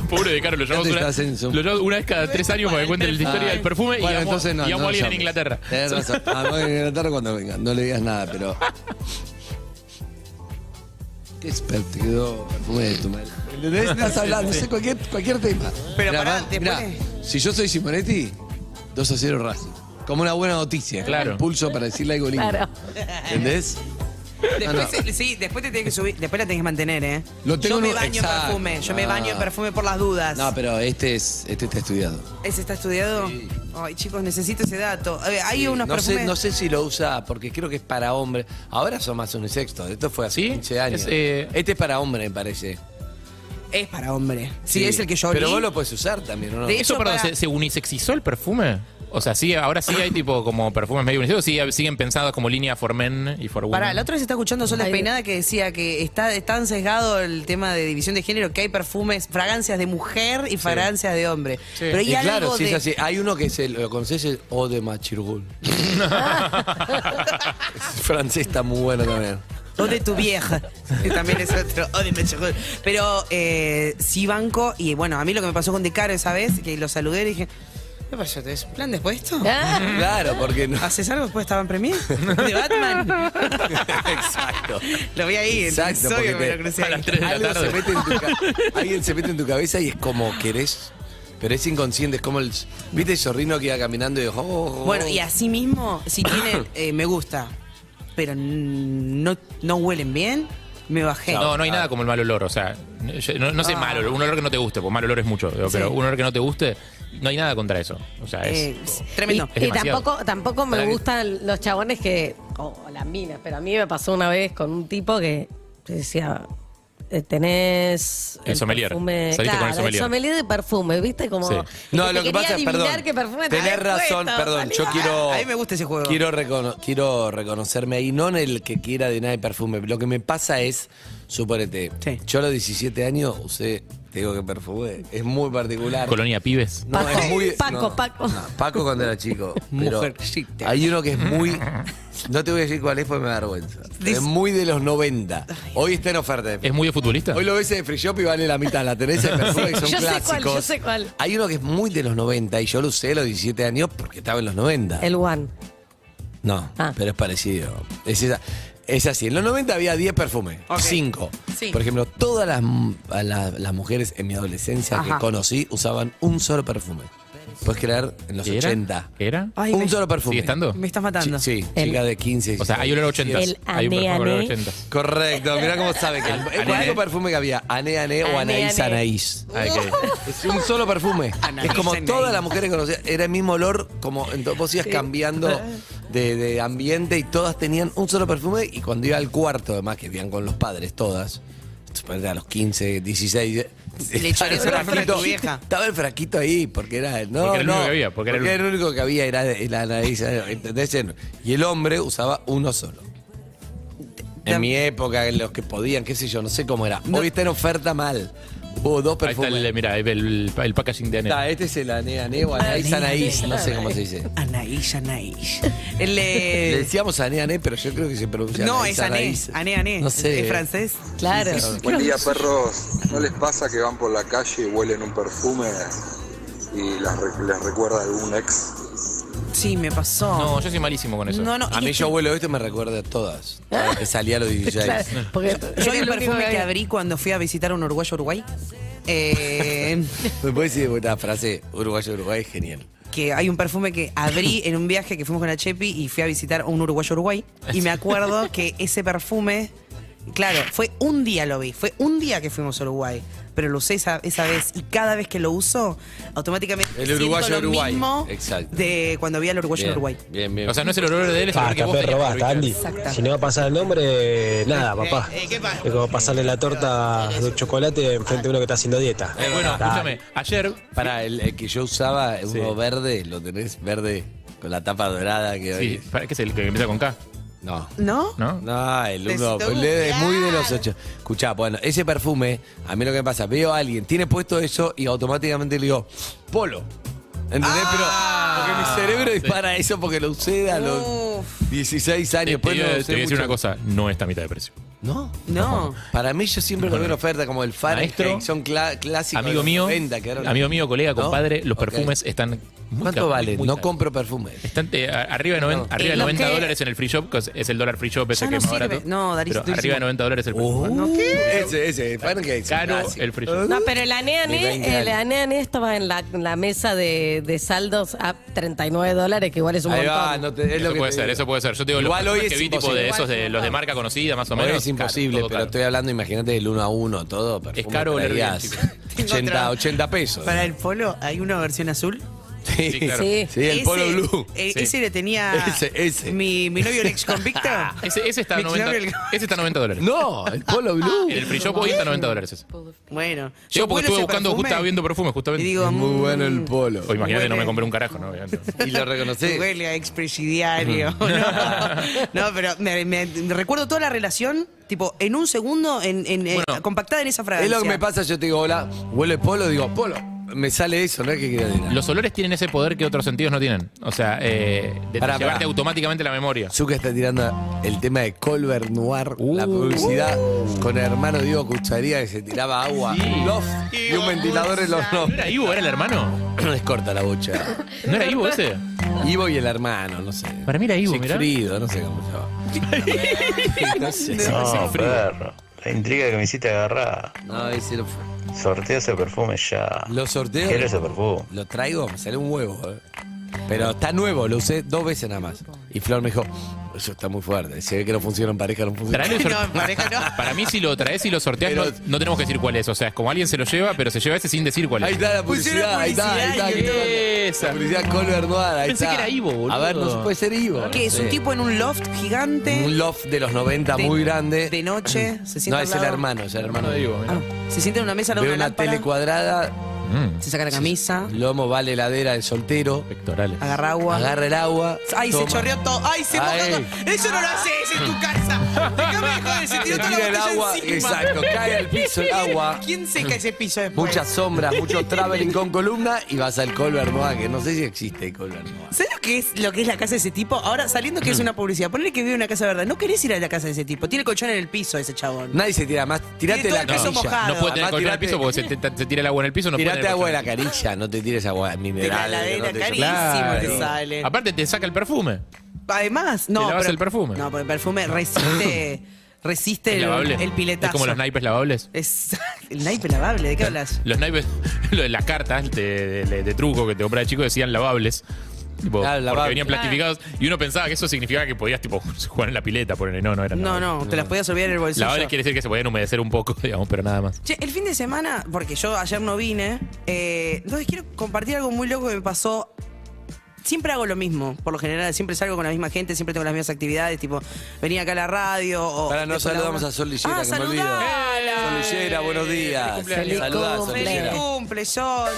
Speaker 5: Pobre de Caro, lo llevamos,
Speaker 4: te
Speaker 5: una,
Speaker 4: estás en su-
Speaker 5: lo llevamos una vez cada tres años para que cuente la historia del perfume y
Speaker 4: Ah, Bueno,
Speaker 5: amo,
Speaker 4: entonces no,
Speaker 5: y amo
Speaker 4: no
Speaker 5: a alguien en
Speaker 4: llames.
Speaker 5: Inglaterra.
Speaker 4: Tenés razón. A alguien en Inglaterra cuando venga. No le digas nada, pero. ¿Qué es per- te quedó perfume de tu madre? ¿Entendés? Estás hablando, no sé, cualquier, cualquier tema.
Speaker 6: Pero
Speaker 4: Mirá,
Speaker 6: pará,
Speaker 4: va-
Speaker 6: te
Speaker 4: mirá,
Speaker 6: pone-
Speaker 4: si yo soy Simonetti, 2 a 0 Racing. Como una buena noticia.
Speaker 5: Claro.
Speaker 4: Impulso para decirle algo lindo.
Speaker 7: Claro.
Speaker 4: ¿Entendés?
Speaker 6: Después,
Speaker 4: no.
Speaker 6: se- Sí, después te tenés que subir, después la tenés que mantener, ¿eh?
Speaker 4: Lo tengo
Speaker 6: yo me
Speaker 4: en un-
Speaker 6: baño en
Speaker 4: Exacto.
Speaker 6: perfume, yo me
Speaker 4: Ah.
Speaker 6: baño en perfume por las dudas.
Speaker 4: No, pero este es este está estudiado.
Speaker 6: ¿Ese está estudiado? Ay, chicos, necesito ese dato. Eh, Hay
Speaker 4: Sí,
Speaker 6: unos
Speaker 4: no
Speaker 6: perfumes.
Speaker 4: sé, no sé si lo usa porque creo que es para hombre. Ahora son más unisexto. Esto fue hace
Speaker 5: ¿Sí?
Speaker 4: 15 años.
Speaker 5: Es, eh,
Speaker 4: Este es para hombre, me parece.
Speaker 6: Es para hombre. Sí, es el que yo
Speaker 4: Pero
Speaker 6: olí.
Speaker 4: vos lo puedes usar también, ¿o ¿no?
Speaker 6: De-
Speaker 5: Eso,
Speaker 6: Yo
Speaker 5: perdón,
Speaker 6: para-
Speaker 5: ¿se, se unisexizó el perfume? O sea, sí, ahora sí hay tipo como perfumes medio unisex, o sí, siguen pensadas como línea for men y for women.
Speaker 6: Pará, la otra vez está escuchando Sol
Speaker 7: Ay,
Speaker 6: Despeinada que decía que está es tan sesgado el tema de división de género que hay perfumes, fragancias de mujer y fragancias de hombre. Pero hay
Speaker 4: y
Speaker 6: algo
Speaker 4: claro, sí
Speaker 6: de-
Speaker 4: es así. Hay uno que se lo conoces, el O de Machirgul. Es francés está muy bueno también.
Speaker 6: O de tu vieja, que también es otro. O de Mechogol. Pero eh, sí banco, y bueno, a mí lo que me pasó con Decaro esa vez, que lo saludé y dije, ¿qué pasó? ¿Te des un plan después de esto?
Speaker 7: Ah,
Speaker 4: Claro, porque no.
Speaker 6: ¿Haces algo después estaban Premier? De Batman.
Speaker 4: Exacto.
Speaker 6: Lo vi ahí, entonces
Speaker 4: Exacto,
Speaker 6: obvio
Speaker 4: porque te-
Speaker 6: que me lo crucé
Speaker 5: a
Speaker 6: ahí.
Speaker 5: las tres de la
Speaker 4: Algo
Speaker 5: tarde.
Speaker 4: se mete en tu ca- alguien se mete en tu cabeza y es como querés, pero es inconsciente, es como el viste el zorrino que iba caminando y dijo, "Oh, oh, oh".
Speaker 6: Bueno, y así mismo, si tienen, eh, me gusta, pero n- no, no huelen bien, me bajé.
Speaker 5: No, no
Speaker 4: Ah.
Speaker 5: hay nada como el mal olor, o sea, yo- no, no sé mal olor, un olor que no te guste, porque mal olor es mucho, pero
Speaker 6: Ah. Sí.
Speaker 5: un olor que no te guste, no hay nada contra eso. O sea, es...
Speaker 6: Eh, es tremendo.
Speaker 5: Es
Speaker 7: Y
Speaker 5: demasiado.
Speaker 7: tampoco, tampoco me
Speaker 5: Para que-
Speaker 7: gustan los chabones que. O las minas, pero a mí me pasó una vez con un tipo que te decía. eh, Tenés.
Speaker 5: El sommelier.
Speaker 7: perfume-
Speaker 5: Saliste
Speaker 7: claro,
Speaker 5: con el sommelier.
Speaker 7: de perfume, ¿viste? Como.
Speaker 5: Sí.
Speaker 7: y
Speaker 4: No,
Speaker 7: te
Speaker 4: lo que
Speaker 7: quería
Speaker 4: pasa es,
Speaker 7: adivinar
Speaker 4: perdón.
Speaker 7: qué perfume te
Speaker 4: tenés
Speaker 7: habías
Speaker 4: razón,
Speaker 7: puesto,
Speaker 4: perdón. Yo
Speaker 7: salí- Ah,
Speaker 4: quiero.
Speaker 6: A mí me gusta ese juego.
Speaker 4: Quiero, recono- quiero reconocerme ahí, no en el que quiera adivinar el perfume. Lo que me pasa es, suponete,
Speaker 6: Sí.
Speaker 4: yo a los 17 años usé, te digo que perfume, es muy particular.
Speaker 5: Colonia Pibes.
Speaker 4: No,
Speaker 7: Paco,
Speaker 4: es muy-
Speaker 7: Paco,
Speaker 4: no,
Speaker 7: Paco.
Speaker 4: no, Paco cuando era chico. pero
Speaker 6: Mujercita.
Speaker 4: Hay uno que es muy. No te voy a decir cuál es porque me da vergüenza.
Speaker 6: Dice-
Speaker 4: Es muy de los 90. Hoy está en oferta. de
Speaker 5: ¿Es muy de futbolista?
Speaker 4: Hoy lo ves en Free Shop y vale la mitad. La tenés en perfume,
Speaker 7: Sí,
Speaker 4: que son
Speaker 7: yo sé cuál,
Speaker 4: clásicos.
Speaker 7: yo sé cuál.
Speaker 4: Hay uno que es muy de los 90 y yo lo usé a los 17 años porque estaba en los 90.
Speaker 7: El One.
Speaker 4: No,
Speaker 7: Ah.
Speaker 4: pero es parecido. Es, esa- es así. En los 90 había 10 perfumes,
Speaker 6: Ok.
Speaker 4: 5.
Speaker 6: Sí.
Speaker 4: Por ejemplo, todas las, m- a la- las mujeres en mi adolescencia
Speaker 6: Ajá.
Speaker 4: que conocí usaban un solo perfume. ¿Puedes creer? En los
Speaker 5: ¿Qué era?
Speaker 4: 80.
Speaker 5: ¿Qué era?
Speaker 6: Ay,
Speaker 4: un
Speaker 6: me-
Speaker 4: solo perfume.
Speaker 5: ¿Sigue estando?
Speaker 6: Me estás matando.
Speaker 4: Sí, sí,
Speaker 7: El-
Speaker 4: chica de 15.
Speaker 5: O sea, hay olor a 80.
Speaker 7: El
Speaker 5: Hay un perfume con olor a
Speaker 7: Ane
Speaker 5: 80.
Speaker 4: Correcto, mirá cómo sabe que el,
Speaker 5: El-
Speaker 4: el
Speaker 5: Ané,
Speaker 4: único
Speaker 5: Ané.
Speaker 4: perfume que había, Ané Ané o
Speaker 7: Ané,
Speaker 4: Anaís
Speaker 7: Ané.
Speaker 4: Anaís.
Speaker 5: Ay, qué-
Speaker 4: Es un solo perfume.
Speaker 6: Anaís,
Speaker 4: es como
Speaker 6: Anaís.
Speaker 4: todas las mujeres que conocía, era el mismo olor, como entonces vos ibas cambiando de, de ambiente y todas tenían un solo perfume y cuando iba al cuarto, además, que vivían con los padres todas, suponete a los 15, 16... estaba
Speaker 6: Le echaré
Speaker 4: el
Speaker 6: ese perfume a tu
Speaker 4: fraquito-
Speaker 6: vieja.
Speaker 4: Estaba el fraquito ahí, porque era... No,
Speaker 5: Porque era el
Speaker 4: no,
Speaker 5: único que había, porque era el
Speaker 4: el único que había, era el Anaís, ¿entendés? Y el hombre usaba uno solo. En mi época, en los que podían, qué sé yo, no sé cómo era. Hoy está en oferta mal. Hubo dos
Speaker 5: Ahí está
Speaker 4: perfumes.
Speaker 5: el, mira, el, el- el packaging de Ane.
Speaker 4: Está, este es el Ané Ané o
Speaker 6: Ah,
Speaker 4: Anaís Anaís, no sé cómo se dice.
Speaker 6: Anaís, Anaís. El, eh,
Speaker 4: Le decíamos Ané Ané, pero yo creo que se pronuncia
Speaker 6: no,
Speaker 4: Anaís,
Speaker 6: es Ané.
Speaker 4: Anaís.
Speaker 6: Ané, Ané.
Speaker 4: No sé.
Speaker 6: Es francés.
Speaker 7: Claro.
Speaker 9: Buen día, perros. ¿No les pasa que van por la calle y huelen un perfume y las re- les recuerda a algún ex?
Speaker 6: Sí, me pasó.
Speaker 5: No, yo soy malísimo con eso.
Speaker 6: No, no.
Speaker 4: A mí
Speaker 6: es Ah.
Speaker 4: yo
Speaker 6: que-
Speaker 4: abuelo esto me recuerda a todas. Que salía a los 16.
Speaker 7: Claro, porque
Speaker 6: Yo hay
Speaker 7: era
Speaker 6: un
Speaker 7: el único
Speaker 6: perfume que
Speaker 7: había.
Speaker 6: abrí cuando fui a visitar a un uruguayo a Uruguay. Eh,
Speaker 4: ¿Me puedes decir una frase? Uruguayo, Uruguay es genial.
Speaker 6: que hay un perfume que abrí en un viaje que fuimos con la Chepi y fui a visitar a un uruguayo a Uruguay. Y me acuerdo que ese perfume, claro, fue un día lo vi, fue un día que fuimos a Uruguay. Pero lo usé esa, esa vez y cada vez que lo uso, automáticamente
Speaker 4: El
Speaker 6: siento
Speaker 4: uruguayo a
Speaker 6: lo
Speaker 4: Uruguay,
Speaker 6: mismo
Speaker 4: exacto.
Speaker 6: de cuando vi al uruguayo a
Speaker 4: Bien,
Speaker 6: Uruguay.
Speaker 4: Bien, bien.
Speaker 5: O sea, no es el olor de él, es el olor que
Speaker 10: Basta,
Speaker 5: vos
Speaker 10: perro,
Speaker 5: tenías,
Speaker 10: basta, Andy.
Speaker 5: ¿viste?
Speaker 6: Exacto.
Speaker 10: Si no va a pasar el nombre, nada, papá.
Speaker 6: eh, ¿qué pasa?
Speaker 10: Es como pasarle la torta de chocolate enfrente a uno que está haciendo dieta.
Speaker 5: Eh, bueno, escúchame, ayer...
Speaker 4: Para el, el que yo usaba, uno verde, lo tenés verde con la tapa dorada que
Speaker 5: Sí,
Speaker 4: hoy.
Speaker 5: para- ¿qué es el que empieza con K?
Speaker 4: No.
Speaker 6: ¿No?
Speaker 5: ¿No?
Speaker 4: No, el uno,
Speaker 6: Necesito
Speaker 4: el de- es muy de los
Speaker 6: googlear.
Speaker 4: ocho. Escuchá, bueno, ese perfume, a mí lo que me pasa, veo a alguien, tiene puesto eso y automáticamente le digo, polo. ¿Entendés?
Speaker 6: Ah.
Speaker 4: Pero porque mi cerebro dispara eso porque lo usé a los
Speaker 6: Uf.
Speaker 4: 16
Speaker 5: Te,
Speaker 4: años.
Speaker 5: Eh, te
Speaker 4: Después
Speaker 5: voy a-
Speaker 4: no lo
Speaker 5: te
Speaker 4: usé
Speaker 5: voy a decir
Speaker 4: mucho.
Speaker 5: una cosa, no está a mitad de precio.
Speaker 4: No.
Speaker 6: No.
Speaker 4: Para mí yo siempre lo veo en oferta como el Fahrenheit,
Speaker 5: Maestro,
Speaker 4: son cla- clásicos.
Speaker 5: Amigo
Speaker 4: de los
Speaker 5: mío,
Speaker 4: 90, que eran-
Speaker 5: amigo mío, colega,
Speaker 4: ¿No?
Speaker 5: compadre, los
Speaker 4: Ok.
Speaker 5: perfumes están Muy
Speaker 4: ¿Cuánto
Speaker 5: caro,
Speaker 4: vale?
Speaker 5: muy
Speaker 4: No
Speaker 5: caro.
Speaker 4: compro perfume.
Speaker 5: Están te- a- arriba de, noven-
Speaker 4: No.
Speaker 5: arriba de
Speaker 7: Lo
Speaker 5: 90
Speaker 7: que-
Speaker 5: dólares en el free shop, que es- es el dólar free shop ese
Speaker 6: Ya
Speaker 5: que
Speaker 6: no
Speaker 5: es más
Speaker 6: sirve.
Speaker 5: barato.
Speaker 6: No, Darío,
Speaker 5: Pero
Speaker 6: durísimo.
Speaker 5: arriba de 90 dólares el free shop.
Speaker 4: Uh, Ese, ese, pancakes.
Speaker 5: Caro
Speaker 4: Casi.
Speaker 5: el free shop.
Speaker 7: No, pero el
Speaker 4: Ni
Speaker 7: aneane,
Speaker 4: 20
Speaker 7: el
Speaker 4: años.
Speaker 7: aneane estaba en la, en la mesa de, de saldos a 39 dólares, que igual es un
Speaker 4: Ahí
Speaker 7: montón.
Speaker 4: va, no te- es
Speaker 5: Eso
Speaker 4: lo que
Speaker 5: puede
Speaker 4: te
Speaker 5: ser,
Speaker 4: digo.
Speaker 5: eso puede ser. Yo te digo,
Speaker 4: Igual
Speaker 5: los
Speaker 4: hoy
Speaker 5: perfumes
Speaker 4: es
Speaker 5: que vi tipo de
Speaker 4: imposible.
Speaker 5: esos de los de marca conocida, más o
Speaker 4: Hoy
Speaker 5: menos.
Speaker 4: es imposible,
Speaker 5: caro, todo
Speaker 4: pero
Speaker 5: caro.
Speaker 4: estoy hablando, imagínate, del 1 a 1, todo. perfume
Speaker 5: Es caro
Speaker 4: que
Speaker 5: oler bien,
Speaker 4: traías.
Speaker 5: chicos.
Speaker 4: 80, 80 pesos.
Speaker 6: Para el polo hay una versión azul.
Speaker 4: Sí,
Speaker 5: Sí, claro.
Speaker 7: Sí.
Speaker 4: Sí, el
Speaker 6: Ese-
Speaker 4: Polo Blue.
Speaker 6: eh,
Speaker 5: Sí.
Speaker 6: Ese le tenía
Speaker 4: Ese, ese. eh.
Speaker 6: Mi, mi novio el ex convicto.
Speaker 5: Ese, ese está a
Speaker 6: Mi
Speaker 5: 90,
Speaker 6: novio el-
Speaker 5: ese está a 90 dólares.
Speaker 4: No, el Polo Blue.
Speaker 5: En el free shop hoy está a 90 dólares ese.
Speaker 6: Bueno,
Speaker 5: Yo porque estuve
Speaker 6: huelo ese
Speaker 5: buscando,
Speaker 6: perfume
Speaker 5: justo estaba viendo perfumes, justamente.
Speaker 6: Y digo,
Speaker 4: Es muy
Speaker 6: mm,
Speaker 4: bueno el Polo.
Speaker 5: O imagínate, no me
Speaker 6: huele.
Speaker 5: compré un carajo, ¿no? Obviamente.
Speaker 4: Y lo reconocí.
Speaker 6: Huele a expresidiario. No, No, pero me, me- me recuerdo toda la relación, tipo, en un segundo, en, en- en-
Speaker 5: Bueno.
Speaker 6: compactada en esa fragancia.
Speaker 4: Es lo que me pasa, yo te digo, hola, huele Polo, digo, Polo. Me sale eso, no es que quiera decir.
Speaker 5: Los olores tienen ese poder que otros sentidos no tienen. O sea, eh, de
Speaker 4: Pará,
Speaker 5: llevarte
Speaker 4: pará.
Speaker 5: automáticamente la memoria.
Speaker 4: Zucca está tirando el tema de Colbert Noir, la
Speaker 5: Uh.
Speaker 4: publicidad con el hermano Diego Cucharía que se tiraba agua loft, y un ventilador en los
Speaker 5: ¿No
Speaker 4: loft.
Speaker 5: era Ivo? ¿Era el hermano?
Speaker 4: Es corta la bocha.
Speaker 5: ¿No era Ivo ese?
Speaker 4: Ivo y el hermano, no sé.
Speaker 5: Para mí era Ivo, mirá.
Speaker 4: Sigfrido, no sé cómo se llama. no sé.
Speaker 5: No,
Speaker 11: perro. La intriga que me hiciste agarrar.
Speaker 4: No, ese no fue.
Speaker 11: Sorteo ese perfume ya.
Speaker 4: Los sorteos. Quiero ese
Speaker 11: perfume.
Speaker 4: Lo traigo, me sale un huevo. eh. Pero está nuevo, lo usé dos veces nada más. Y Flor me dijo, eso está muy fuerte. Se ve que no funciona en pareja, no funciona.
Speaker 5: Traelo y sor-
Speaker 6: No, en pareja no.
Speaker 5: Para mí, si lo traes y lo sorteas,
Speaker 4: Pero-
Speaker 5: no, no tenemos que decir cuál es. O sea, es como alguien se lo lleva, pero se lleva ese sin decir cuál es.
Speaker 4: Ahí está la
Speaker 6: Pusieron
Speaker 4: publicidad, ahí está, ahí está.
Speaker 6: publicidad y
Speaker 5: Esa.
Speaker 4: La publicidad Colbert Noir, ahí
Speaker 5: eh. Pensé
Speaker 4: está.
Speaker 5: que era Ivo, boludo.
Speaker 4: A ver, no puede ser Ivo.
Speaker 6: Que es
Speaker 4: Sí.
Speaker 6: un tipo en un loft gigante.
Speaker 4: Un loft de los 90
Speaker 6: de-
Speaker 4: muy grande.
Speaker 6: De noche. Se
Speaker 4: no,
Speaker 6: sienta al
Speaker 4: es el
Speaker 6: lado. Ah,
Speaker 4: hermano, es el hermano de
Speaker 5: de
Speaker 4: Ivo.
Speaker 5: Ivo, mirá.
Speaker 6: Se sienta en una mesa, le da
Speaker 4: Veo
Speaker 6: una
Speaker 4: una
Speaker 6: lámpara,
Speaker 4: tele cuadrada,
Speaker 5: Mm,
Speaker 6: se saca la camisa,
Speaker 4: lomo va a la heladera de soltero,
Speaker 5: pectorales.
Speaker 6: agarra agua.
Speaker 4: agarra el agua.
Speaker 6: Ay,
Speaker 4: toma.
Speaker 6: se chorreó todo. Ay, se mojó
Speaker 4: Ay.
Speaker 6: todo. Eso no lo haces en tu casa. Déjame de joder, se
Speaker 4: Le
Speaker 6: tiró toda la
Speaker 4: tira el
Speaker 6: botella
Speaker 4: agua,
Speaker 6: encima.
Speaker 4: exacto, cae al piso el agua.
Speaker 6: ¿Quién seca ese piso después?
Speaker 4: Muchas sombras, mucho traveling con columna y vas al Colbert Noir, que no sé si existe el Colbert Noir.
Speaker 6: ¿Sabes lo que es lo que es la casa de ese tipo? Ahora, saliendo
Speaker 5: Mm.
Speaker 6: que es una publicidad, ponle que vive en una casa de verdad. No querés ir a la casa de ese tipo. Tiene el colchón en el piso ese chabón.
Speaker 4: Nadie se tira más, tirate
Speaker 6: Tiene todo
Speaker 4: la
Speaker 6: el piso
Speaker 4: canilla.
Speaker 6: mojado.
Speaker 5: No puede tener
Speaker 4: Además,
Speaker 5: colchón en el
Speaker 4: tirate-
Speaker 5: piso porque se, te- te tira el agua en el piso. No
Speaker 4: Tirate
Speaker 5: puede tener
Speaker 4: agua de la
Speaker 5: colchón.
Speaker 4: canilla, no te tires agua
Speaker 6: De la
Speaker 4: mineral.
Speaker 6: heladera,
Speaker 4: no te-
Speaker 6: carísimo te sale.
Speaker 5: Aparte, te saca el perfume.
Speaker 6: Además, no.
Speaker 5: Te lavas
Speaker 6: pero-
Speaker 5: el perfume.
Speaker 6: No, porque el perfume resiste, resiste
Speaker 5: Es
Speaker 6: el,
Speaker 5: lavable.
Speaker 6: el piletazo.
Speaker 5: Es como los naipes lavables.
Speaker 6: Es- el naipe lavable, ¿de qué hablas?
Speaker 5: Los naipes, lo de las cartas de, de- de truco que te compraba de chico decían lavables. Tipo,
Speaker 4: Ah,
Speaker 5: Porque
Speaker 4: lavable.
Speaker 5: venían plastificados. Y uno pensaba que eso significaba que podías tipo jugar en la pileta. Ponele. No, no era
Speaker 6: No, no, te las podías olvidar en el bolsillo.
Speaker 5: Lavables quiere decir que se podían humedecer un poco, digamos, pero nada más.
Speaker 6: Che, el fin de semana, porque yo ayer no vine, eh, entonces quiero compartir algo muy loco que me pasó. Siempre hago lo mismo, por lo general, siempre salgo con la misma gente, siempre tengo las mismas actividades, tipo, venía acá a la radio o...
Speaker 4: Ahora no
Speaker 6: después
Speaker 4: saludamos
Speaker 6: la-
Speaker 4: a Sol Lillera,
Speaker 6: Ah,
Speaker 4: que me olvido.
Speaker 6: saludala.
Speaker 4: Sol Lillera, buenos días.
Speaker 5: cumpleaños.
Speaker 4: Saludá, Sol
Speaker 6: ¡Feliz
Speaker 4: Lillera.
Speaker 6: cumple, Sol!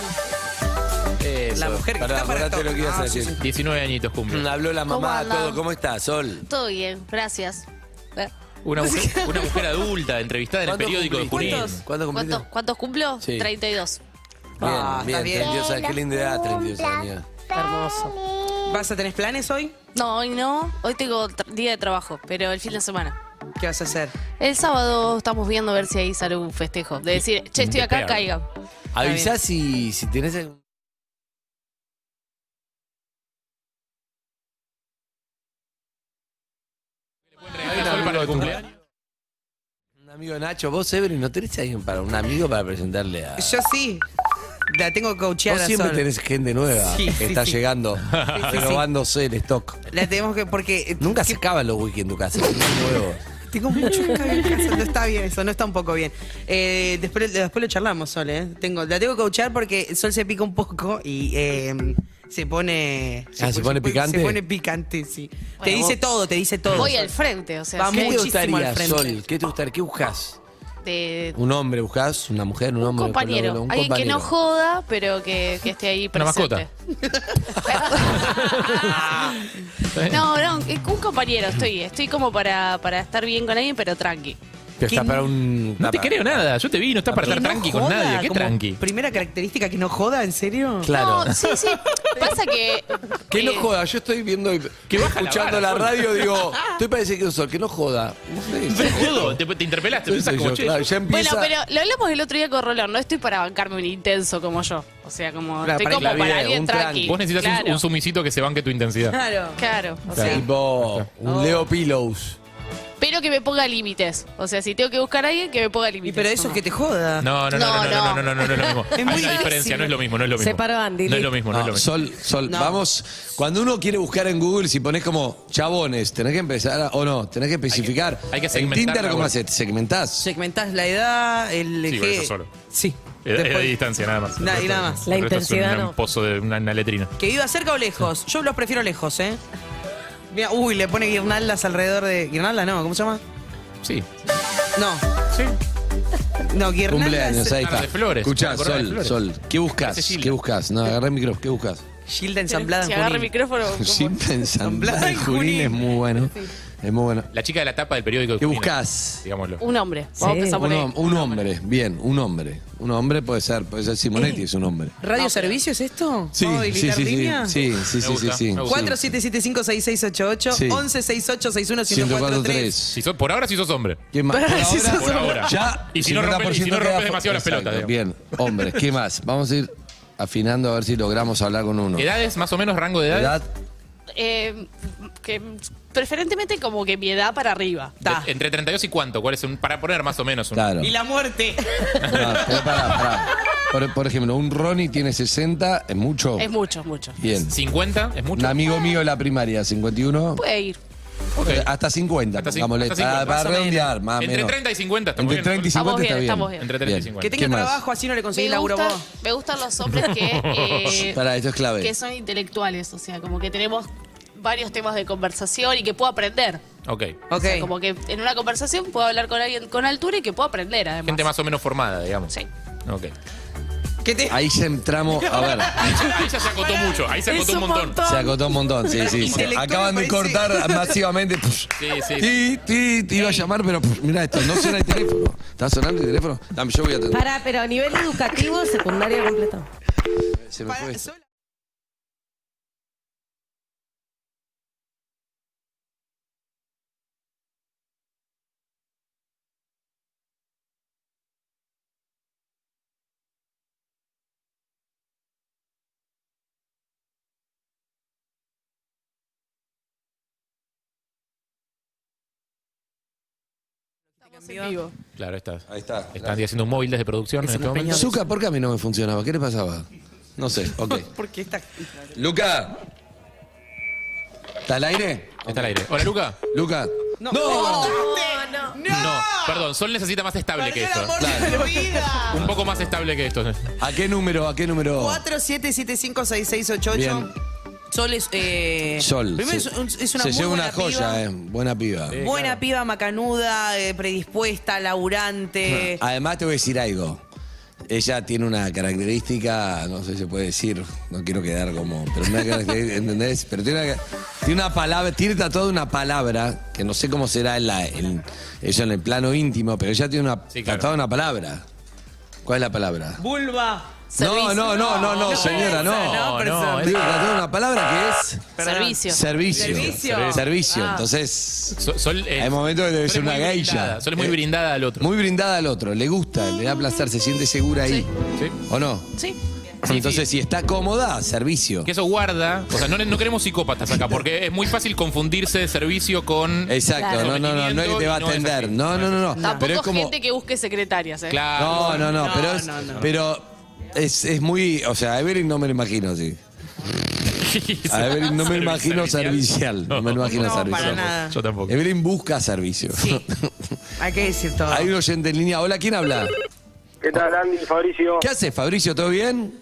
Speaker 4: Eso.
Speaker 6: La mujer que
Speaker 4: Pará,
Speaker 6: está para
Speaker 4: acordate
Speaker 6: todo.
Speaker 4: lo que ibas a
Speaker 6: Ah, sí,
Speaker 4: decir.
Speaker 5: 19 añitos cumple.
Speaker 4: Habló la
Speaker 12: ¿Cómo
Speaker 4: mamá,
Speaker 12: andan?
Speaker 4: todo. ¿Cómo estás, Sol?
Speaker 12: Todo bien, gracias. Eh,
Speaker 5: Una mujer, una mujer adulta entrevistada en el
Speaker 4: ¿Cuánto
Speaker 5: periódico de
Speaker 4: cumpliste?
Speaker 5: Junín.
Speaker 6: ¿Cuántos?
Speaker 4: ¿Cuántos cumpliste?
Speaker 12: ¿Cuántos, cuántos cumplo?
Speaker 4: Sí.
Speaker 12: 32.
Speaker 4: Bien,
Speaker 6: Ah,
Speaker 4: bien,
Speaker 6: está bien.
Speaker 4: 32 años. Qué linda edad, 32 años.
Speaker 7: Hermoso.
Speaker 6: ¿Vas a tener planes hoy?
Speaker 12: No, hoy no. Hoy tengo tra- día de trabajo, pero el fin de semana.
Speaker 6: ¿Qué vas a hacer?
Speaker 12: El sábado estamos viendo a ver si ahí sale un festejo. De decir, che, estoy acá,
Speaker 5: Peor.
Speaker 12: caigan.
Speaker 4: Avisá si, si tenés algún-
Speaker 5: Sol para el cumpleaños.
Speaker 4: un amigo de Nacho. Vos, Evelyn, ¿no tenés alguien para un amigo para presentarle a...?
Speaker 6: Yo sí, la tengo coacheada
Speaker 4: Vos siempre
Speaker 6: Sol.
Speaker 4: tenés gente nueva
Speaker 6: Sí,
Speaker 4: que
Speaker 6: sí,
Speaker 4: está
Speaker 6: sí.
Speaker 4: llegando,
Speaker 6: sí.
Speaker 4: robándose el stock.
Speaker 6: La tenemos que, porque...
Speaker 4: Nunca se acaban los wiki en tu casa, son nuevos.
Speaker 6: Tengo mucho caga en casa. No está bien eso, no está un poco bien. Eh, después, después lo charlamos, Sol, ¿eh? Tengo, la tengo que coachar porque Sol se pica un poco y eh, se pone.
Speaker 4: Ah, ¿se pone picante?
Speaker 6: Se pone picante, sí. te
Speaker 12: Bueno,
Speaker 6: dice
Speaker 12: vos-
Speaker 6: todo, te dice todo.
Speaker 12: Voy
Speaker 6: Sol.
Speaker 12: al frente, o sea,
Speaker 6: Vamos.
Speaker 12: sí,
Speaker 4: ¿Qué te
Speaker 6: Muchísimo
Speaker 4: gustaría,
Speaker 6: al frente.
Speaker 4: Sol? ¿Qué te gustaría? ¿Qué buscas?
Speaker 12: de
Speaker 4: ¿Un hombre buscas? ¿Una mujer? ¿Un
Speaker 12: un
Speaker 4: hombre?
Speaker 12: compañero.
Speaker 4: Un
Speaker 12: alguien que no
Speaker 4: compañero.
Speaker 12: joda, pero que, que esté ahí
Speaker 5: Una
Speaker 12: presente. no, no, un compañero estoy. Estoy como para, para estar bien con alguien, pero tranqui.
Speaker 4: Pero está para un.
Speaker 5: No te
Speaker 4: para-
Speaker 5: creo nada, yo te vi, no estás para
Speaker 6: Que
Speaker 5: estar
Speaker 6: no
Speaker 5: tranqui
Speaker 6: joda,
Speaker 5: con nadie, qué
Speaker 6: como
Speaker 5: tranqui.
Speaker 6: Primera característica que no joda, ¿en serio?
Speaker 4: Claro.
Speaker 12: No, sí, sí. pasa que.
Speaker 4: Que no joda, yo estoy viendo, y-
Speaker 5: baja la
Speaker 4: escuchando la,
Speaker 5: vara,
Speaker 4: radio,
Speaker 5: Sol.
Speaker 4: digo, estoy parecido que que no joda. No sé,
Speaker 5: Pero,
Speaker 4: soy
Speaker 5: jodo, te, te interpelaste,
Speaker 4: Sí,
Speaker 5: pensás
Speaker 4: soy
Speaker 5: como
Speaker 4: yo,
Speaker 5: che.
Speaker 4: claro,
Speaker 5: yo-
Speaker 4: ya empieza-
Speaker 12: Bueno, pero lo hablamos el otro día con Rolón, no estoy para bancarme un intenso como yo. O sea, como
Speaker 5: Claro,
Speaker 12: estoy
Speaker 5: para
Speaker 12: como
Speaker 5: la
Speaker 12: para
Speaker 5: vida,
Speaker 12: alguien
Speaker 5: un
Speaker 12: tranqui.
Speaker 5: Vos necesitas un-
Speaker 12: Claro.
Speaker 5: un, sumisito que se banque tu intensidad.
Speaker 7: Claro.
Speaker 12: Claro. o
Speaker 4: Claro,
Speaker 12: sea,
Speaker 4: Tipo, un Leo Pillows.
Speaker 12: pero que me ponga límites. O sea, si tengo que buscar a alguien, que me ponga límites.
Speaker 6: Y pero eso es que te joda.
Speaker 5: No, no, no, no, no, no, no, no, no, no es lo mismo. Hay
Speaker 12: muy
Speaker 5: una diferencia, no es lo mismo, no es lo mismo.
Speaker 7: Separo a Andy,
Speaker 5: No es lo mismo, no, es lo
Speaker 4: No,
Speaker 5: mismo.
Speaker 4: Ah, Sol, Sol, vamos. Cuando uno quiere buscar en Google, si pones como chabones, tenés que empezar, a- o no, tenés que especificar.
Speaker 5: hay que
Speaker 4: en
Speaker 5: segmentar
Speaker 4: Tinder,
Speaker 5: la
Speaker 4: ¿cómo
Speaker 5: web.
Speaker 4: haces? ¿Segmentás?
Speaker 6: Segmentás la edad, el
Speaker 5: Sí,
Speaker 6: eje-
Speaker 5: bueno, eso solo.
Speaker 6: Sí.
Speaker 5: Era- era
Speaker 6: Después-
Speaker 5: de distancia, nada más.
Speaker 6: Na- y nada más.
Speaker 7: La
Speaker 5: El resto es
Speaker 7: intensidad
Speaker 5: un-
Speaker 7: no.
Speaker 5: Un pozo de una, una letrina.
Speaker 6: ¿Que viva cerca o lejos? Yo los prefiero lejos, ¿eh? Mira, uy, le pone guirnaldas alrededor de. ¿Guirnaldas no? ¿Cómo se llama?
Speaker 5: Sí.
Speaker 6: No. Sí. No, guirnaldas.
Speaker 4: Cumpleaños, ahí está.
Speaker 5: de flores,
Speaker 4: Escuchá,
Speaker 5: una corona de
Speaker 4: Sol,
Speaker 5: flores.
Speaker 4: Sol, ¿qué
Speaker 5: Parece
Speaker 4: buscas?
Speaker 5: Gilda.
Speaker 4: ¿Qué buscas? No, agarré el micrófono, ¿qué buscas?
Speaker 6: Gilda ensamblada
Speaker 12: Si
Speaker 6: en
Speaker 12: agarra el
Speaker 6: Junín.
Speaker 12: micrófono. como-
Speaker 4: Gilda ensamblada
Speaker 6: en
Speaker 4: en Junín es
Speaker 6: Junín.
Speaker 4: muy bueno. Es muy bueno.
Speaker 5: La chica de la tapa del periódico de
Speaker 4: ¿Qué
Speaker 5: Junín,
Speaker 4: buscas?
Speaker 5: Digámoslo.
Speaker 12: Un hombre. Vamos a
Speaker 7: Sí.
Speaker 12: empezar por
Speaker 4: Un,
Speaker 12: ahí.
Speaker 4: hom- un hombre, bien, un hombre. Un hombre puede ser, puede ser Simonetti, es un hombre.
Speaker 6: ¿Radio Servicio es esto?
Speaker 4: Sí,
Speaker 6: ¿Puedo
Speaker 4: sí,
Speaker 6: habilitar
Speaker 4: sí, sí,
Speaker 6: línea?
Speaker 4: sí, sí,
Speaker 5: Me
Speaker 4: sí, sí,
Speaker 5: gusta,
Speaker 4: sí.
Speaker 5: me gusta.
Speaker 6: 47756688,
Speaker 4: Sí.
Speaker 6: 1168-61143.
Speaker 4: 143.
Speaker 5: Si sos- por ahora sí sos hombre.
Speaker 4: ¿Qué más? Por
Speaker 6: Sí,
Speaker 4: ahora,
Speaker 6: sos
Speaker 5: Por hombre. ahora.
Speaker 4: Ya,
Speaker 5: Y si no
Speaker 4: 50%
Speaker 5: rompes- y si no
Speaker 4: queda
Speaker 5: rompes
Speaker 4: fu-
Speaker 5: demasiado las
Speaker 4: Exacto,
Speaker 5: pelotas,
Speaker 4: Bien, hombres, ¿qué más? Vamos a ir afinando a ver si logramos hablar con uno.
Speaker 5: ¿Edades, más o menos, rango de edad?
Speaker 4: Edad,
Speaker 12: Eh, que preferentemente como que mi edad para arriba.
Speaker 5: De- entre 32 y cuánto? ¿Cuál es un, para poner más o menos un.
Speaker 4: claro.
Speaker 6: Y la muerte.
Speaker 4: No, pero pará, pará. Por, por ejemplo, un Ronnie tiene 60, es mucho.
Speaker 12: Es mucho, es mucho.
Speaker 4: Bien.
Speaker 5: ¿50? ¿Es
Speaker 4: Un
Speaker 5: mucho?
Speaker 4: amigo mío de la primaria, 51.
Speaker 12: Puede ir.
Speaker 5: Ok.
Speaker 4: eh, Hasta 50,
Speaker 5: Hasta cin-
Speaker 4: pongámosle.
Speaker 5: hasta 50,
Speaker 4: Ah, para
Speaker 5: más o menos.
Speaker 4: redondear, más o
Speaker 5: Entre
Speaker 4: menos.
Speaker 5: 30 y 50, estamos
Speaker 4: Entre
Speaker 5: bien.
Speaker 4: 30 y 50
Speaker 12: Estamos bien,
Speaker 4: está bien.
Speaker 12: estamos bien.
Speaker 5: Entre 30 y 50.
Speaker 6: Que tenga trabajo, así no le conseguís
Speaker 12: Me,
Speaker 6: laburo
Speaker 12: gusta-
Speaker 6: vos.
Speaker 12: me gustan los hombres que, eh,
Speaker 4: Para, esto es clave.
Speaker 12: que son intelectuales, o sea, como que tenemos varios temas de conversación y que puedo aprender.
Speaker 5: Ok.
Speaker 6: Ok.
Speaker 12: O sea, como que en una conversación puedo hablar con alguien con altura y que puedo aprender, además.
Speaker 5: Gente más o menos formada, digamos.
Speaker 12: Sí.
Speaker 5: Ok.
Speaker 6: ¿Qué te...
Speaker 4: Ahí se entramos, a ver,
Speaker 5: Ahí ya, ahí ya se acotó mucho, ahí se
Speaker 7: Es
Speaker 5: acotó un
Speaker 7: un
Speaker 5: montón.
Speaker 7: montón.
Speaker 4: se acotó un montón, sí, sí. sí.
Speaker 6: Intelectual
Speaker 4: Acaban de
Speaker 6: parece.
Speaker 4: cortar masivamente. puf.
Speaker 5: Sí, sí.
Speaker 4: Ti, ti, te iba a llamar, pero mira esto, no suena el teléfono. ¿Está sonando el teléfono? Dame, yo voy a atender.
Speaker 7: Pará, pero a nivel educativo, secundaria completo.
Speaker 4: Se me fue. esto.
Speaker 12: Estamos en vivo.
Speaker 5: Claro, ahí está.
Speaker 4: Ahí está.
Speaker 5: Están haciendo un móvil desde producción en este momento.
Speaker 4: Zucca, ¿por qué a mí no me funcionaba? ¿Qué le pasaba? No sé, ok.
Speaker 6: Porque está...
Speaker 4: Luca. ¿Está al aire?
Speaker 5: Está al aire. Hola, Luca.
Speaker 4: Luca. No.
Speaker 6: ¡No!
Speaker 5: No, perdón, Sol necesita más estable que
Speaker 6: Perdió el
Speaker 5: esto.
Speaker 6: amor de tu vida.
Speaker 5: Un poco más estable que esto.
Speaker 4: ¿A qué número? ¿A qué número?
Speaker 6: 47756688.
Speaker 4: Bien.
Speaker 6: Sol es. Eh,
Speaker 4: Sol.
Speaker 6: Primero
Speaker 4: se-
Speaker 6: es, un- es una
Speaker 4: Se
Speaker 6: muy
Speaker 4: lleva
Speaker 6: buena
Speaker 4: una joya,
Speaker 6: piba.
Speaker 4: eh. Buena piba.
Speaker 6: Buena piba macanuda, eh, predispuesta, laburante.
Speaker 4: Además te voy a decir algo. Ella tiene una característica, no sé si se puede decir, no quiero quedar como, pero una característica, ¿entendés? Pero tiene una, tiene una palabra, tiene tatuada una palabra, que no sé cómo será en la- en- eso en el plano íntimo, pero ella tiene una,
Speaker 5: Sí, claro.
Speaker 4: tatuada una palabra. ¿Cuál es la palabra?
Speaker 6: Vulva.
Speaker 4: No,
Speaker 12: Servicio.
Speaker 4: no, no, no, no, señora, no.
Speaker 6: no, persona.
Speaker 5: es-
Speaker 4: Digo, tatuada una palabra que
Speaker 12: Servicio.
Speaker 4: es servicio.
Speaker 6: Servicio.
Speaker 4: Servicio. Entonces,
Speaker 5: Sol- Sol es-
Speaker 4: hay momentos que debe
Speaker 5: Sol
Speaker 4: ser
Speaker 5: es muy
Speaker 4: una geisha.
Speaker 5: brindada, Sol es muy
Speaker 4: Eh,
Speaker 5: brindada al otro.
Speaker 4: Muy brindada al otro, le gusta, le da placer, se siente segura ahí.
Speaker 5: Sí.
Speaker 4: ¿O no?
Speaker 12: Sí.
Speaker 4: Entonces, si está cómoda, servicio.
Speaker 5: Que eso guarda. O sea, no, no queremos psicópatas acá, porque es muy fácil confundirse de servicio con.
Speaker 4: Exacto,
Speaker 5: Claro.
Speaker 4: no, no, no, no es que te va a
Speaker 5: No es así.
Speaker 4: atender. No, no, no, no.
Speaker 12: Tampoco
Speaker 4: Pero es como.
Speaker 12: gente que busque secretarias, ¿eh?
Speaker 5: Claro.
Speaker 4: No, no, no,
Speaker 6: No,
Speaker 4: pero es.
Speaker 6: no, no.
Speaker 4: Pero es, es muy. O sea, a Evelyn no me lo imagino así. A Evelyn no me
Speaker 5: Servicio
Speaker 4: imagino servicial. No me lo imagino
Speaker 6: No, para
Speaker 4: servicial.
Speaker 6: nada.
Speaker 5: Yo tampoco.
Speaker 4: Evelyn busca servicio.
Speaker 6: Sí. Hay que decir todo.
Speaker 4: Hay un oyente en línea. Hola, ¿quién habla?
Speaker 13: ¿Qué tal, Andy? Fabricio.
Speaker 4: ¿Qué haces, Fabricio? ¿Todo bien?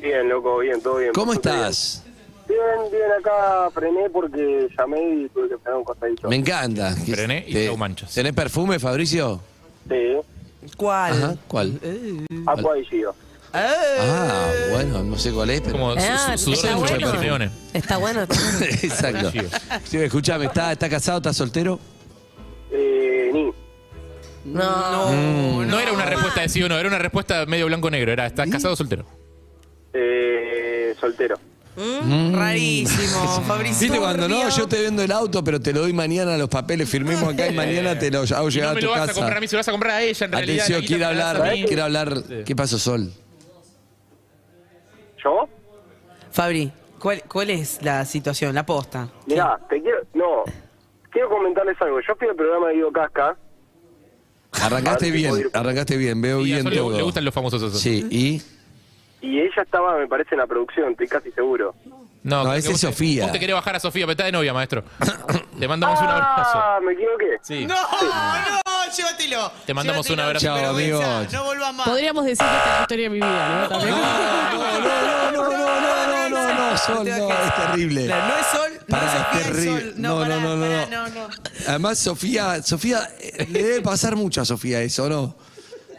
Speaker 13: Bien, loco, bien, todo bien.
Speaker 4: ¿Cómo
Speaker 13: Todo
Speaker 4: estás?
Speaker 13: Bien, bien, bien, acá frené porque llamé y tuve que frenar un costadito.
Speaker 4: Me encanta.
Speaker 5: Frené y
Speaker 4: Te-
Speaker 5: tengo manchas.
Speaker 4: ¿Tenés perfume, Fabricio?
Speaker 13: Sí,
Speaker 6: ¿Cuál?
Speaker 4: Ajá, ¿cuál?
Speaker 13: Aqua y Gio.
Speaker 6: Eh,
Speaker 4: Ah, bueno, no sé cuál es, pero...
Speaker 5: Como
Speaker 7: Ah,
Speaker 5: su- su- sudor
Speaker 7: está,
Speaker 5: de un
Speaker 7: bueno.
Speaker 5: Simeone.
Speaker 7: está bueno. está bueno.
Speaker 4: Exacto.
Speaker 5: Gio.
Speaker 4: Sí, escúchame, ¿está, ¿está casado, está soltero?
Speaker 13: Eh, ni.
Speaker 7: No.
Speaker 4: Mm.
Speaker 5: No era una respuesta de sí o no, era una respuesta medio blanco-negro. Era, ¿estás casado o soltero?
Speaker 13: Eh, soltero.
Speaker 6: Rarísimo, Fabricio.
Speaker 4: Mm. ¿Viste cuando no? Yo te vendo el auto, pero te lo doy mañana los papeles, firmemos acá y mañana te los hago
Speaker 5: Y
Speaker 4: llegar
Speaker 5: no
Speaker 4: a
Speaker 5: me
Speaker 4: tu
Speaker 5: lo vas
Speaker 4: casa.
Speaker 5: a comprar a mí, se lo vas a comprar a ella en realidad.
Speaker 4: Atención,
Speaker 5: la guita
Speaker 4: quiere
Speaker 5: me la das a
Speaker 4: hablar,
Speaker 5: mí.
Speaker 4: quiere hablar. ¿Qué pasó, Sol?
Speaker 13: ¿Yo?
Speaker 6: Fabri, ¿cuál, cuál es la situación, la posta?
Speaker 13: Mirá, te quiero. No, quiero comentarles algo. Yo fui al programa de Guido Casca.
Speaker 4: Arrancaste bien, arrancaste bien, veo bien
Speaker 5: Sol le-
Speaker 4: todo.
Speaker 5: le gustan los famosos esos.
Speaker 4: Sí, y.
Speaker 13: Y ella estaba, me parece, en la producción, estoy casi seguro.
Speaker 5: No, creo que
Speaker 4: ese
Speaker 5: vos
Speaker 4: es
Speaker 5: te-
Speaker 4: Sofía.
Speaker 5: Vos te querés bajar a Sofía, pero está de novia, maestro. Te mandamos un abrazo.
Speaker 13: Ah, me equivoqué.
Speaker 5: Sí.
Speaker 6: ¡Oh, no, llévatelo.
Speaker 5: Te mandamos un abrazo.
Speaker 4: Chao, amigos.
Speaker 6: No vuelvas más.
Speaker 12: Podríamos decir que esta es la historia de mi vida, ¿no? También.
Speaker 4: No, no, no, no, no, no, no, no, Sol, no, es terrible.
Speaker 6: Claro, no es sol, no
Speaker 4: Pará,
Speaker 6: es
Speaker 4: es
Speaker 6: Sofía, es
Speaker 4: terrible.
Speaker 6: sol. No,
Speaker 4: No,
Speaker 6: pará,
Speaker 4: no, no,
Speaker 6: pará,
Speaker 4: no,
Speaker 6: no, no.
Speaker 4: Además, Sofía, Sofía, eh, le debe pasar mucho a Sofía eso, ¿no?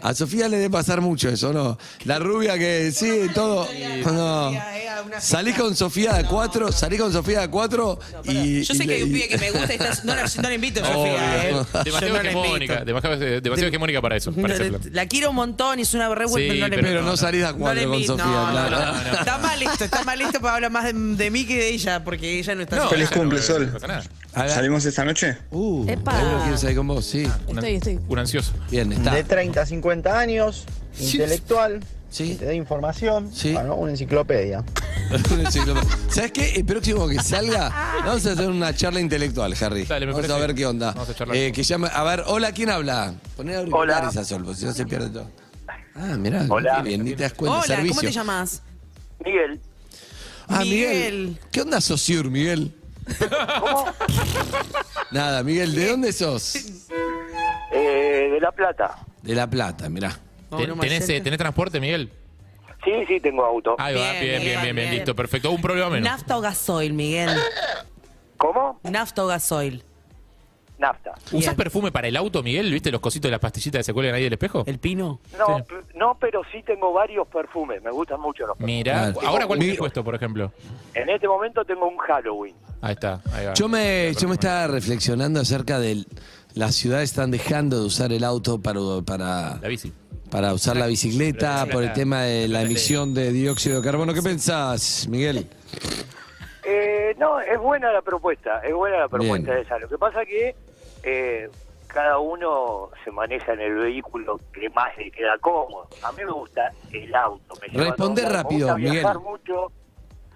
Speaker 4: A Sofía le debe pasar mucho eso, ¿no? La rubia que sí, todo. No.
Speaker 6: eh,
Speaker 4: Salí con Sofía de cuatro, salí con Sofía de cuatro y.
Speaker 6: Yo sé
Speaker 4: y
Speaker 6: que hay un
Speaker 4: le-
Speaker 6: pibe que me gusta y estás- no, la, no la invito, Sofía.
Speaker 4: Obvio.
Speaker 6: eh.
Speaker 5: Demasiado
Speaker 6: Yo no la invito.
Speaker 5: hegemónica. Demasiado, demasiado hegemónica para eso. Para
Speaker 6: No,
Speaker 5: ese
Speaker 6: la,
Speaker 5: plan.
Speaker 6: la quiero un montón, es una re buena,
Speaker 5: Sí,
Speaker 6: no le
Speaker 5: pero
Speaker 4: Pero no salís de
Speaker 6: No le
Speaker 4: cuatro con
Speaker 6: invito,
Speaker 4: Sofía,
Speaker 6: no, no,
Speaker 4: claro.
Speaker 5: no, no.
Speaker 6: Está mal esto, está mal esto para hablar más de, de mí que de ella, porque ella no está
Speaker 5: No,
Speaker 6: sola.
Speaker 5: ella no- no pasa nada.
Speaker 4: A ver.
Speaker 14: ¿Salimos esta noche?
Speaker 4: Uh,
Speaker 7: Epa.
Speaker 4: Pablo quiere salir con vos, sí.
Speaker 5: Un-
Speaker 7: Estoy, estoy.
Speaker 5: Un ansioso.
Speaker 4: Bien, está.
Speaker 15: de 30 a 50 años, intelectual,
Speaker 4: Sí.
Speaker 15: que te da información,
Speaker 4: Sí.
Speaker 15: bueno, una enciclopedia.
Speaker 4: Un enciclopedia. ¿Sabes qué? El próximo que salga, vamos a hacer una charla intelectual, Harry.
Speaker 5: Dale, me
Speaker 4: vamos a
Speaker 5: parece.
Speaker 4: ver qué onda.
Speaker 5: Vamos a charlar.
Speaker 4: Eh, que llama, a ver, hola, ¿quién habla? Poner auriculares a Sol, porque si no se pierde todo. Ah, mirá,
Speaker 13: Hola.
Speaker 4: qué bien, ni te das cuenta,
Speaker 6: Hola,
Speaker 4: servicio.
Speaker 6: ¿cómo te llamas?
Speaker 13: Miguel.
Speaker 4: Ah, Miguel.
Speaker 6: Miguel.
Speaker 4: ¿Qué onda Sociur, Miguel? Nada, Miguel, ¿de dónde sos?
Speaker 13: Eh, de La Plata.
Speaker 4: De La Plata, mirá.
Speaker 5: ¿Ten- ¿Tenés, eh, tenés transporte, Miguel?
Speaker 13: Sí, sí, tengo auto.
Speaker 5: Ahí va,
Speaker 6: Bien,
Speaker 5: bien, bien, bien,
Speaker 6: bien,
Speaker 5: bien,
Speaker 6: bien.
Speaker 5: listo, perfecto. Un problema menos.
Speaker 6: ¿Nafta o gasoil, Miguel?
Speaker 13: ¿Cómo?
Speaker 6: ¿Nafta o gasoil?
Speaker 13: Nafta.
Speaker 5: ¿Usás perfume para el auto, Miguel? ¿Viste los cositos de las pastillitas que se cuelgan ahí del espejo?
Speaker 6: ¿El pino?
Speaker 13: No, p- no, pero sí tengo varios perfumes. Me gustan mucho los perfumes.
Speaker 5: Mirá,
Speaker 4: Claro.
Speaker 5: ahora cuál
Speaker 4: Ah. Mi-
Speaker 5: te has puesto, por ejemplo.
Speaker 13: En este momento tengo un Halloween.
Speaker 5: Ahí está, ahí va.
Speaker 4: Yo me, yo me estaba reflexionando acerca de las ciudades están dejando de usar el auto para, para,
Speaker 5: La bici.
Speaker 4: para usar la bicicleta,
Speaker 5: Pero-
Speaker 4: por el tema de la emisión de dióxido de carbono. ¿Qué pensás, Miguel?
Speaker 13: Eh, no, es buena la propuesta, es buena la propuesta
Speaker 4: Bien.
Speaker 13: esa. Lo que pasa que eh, cada uno se maneja en el vehículo que más le queda cómodo. A mí me gusta el auto. Me lleva a
Speaker 4: Responde
Speaker 13: todos lados.
Speaker 4: rápido,
Speaker 13: me gusta viajar
Speaker 4: Miguel.
Speaker 13: mucho.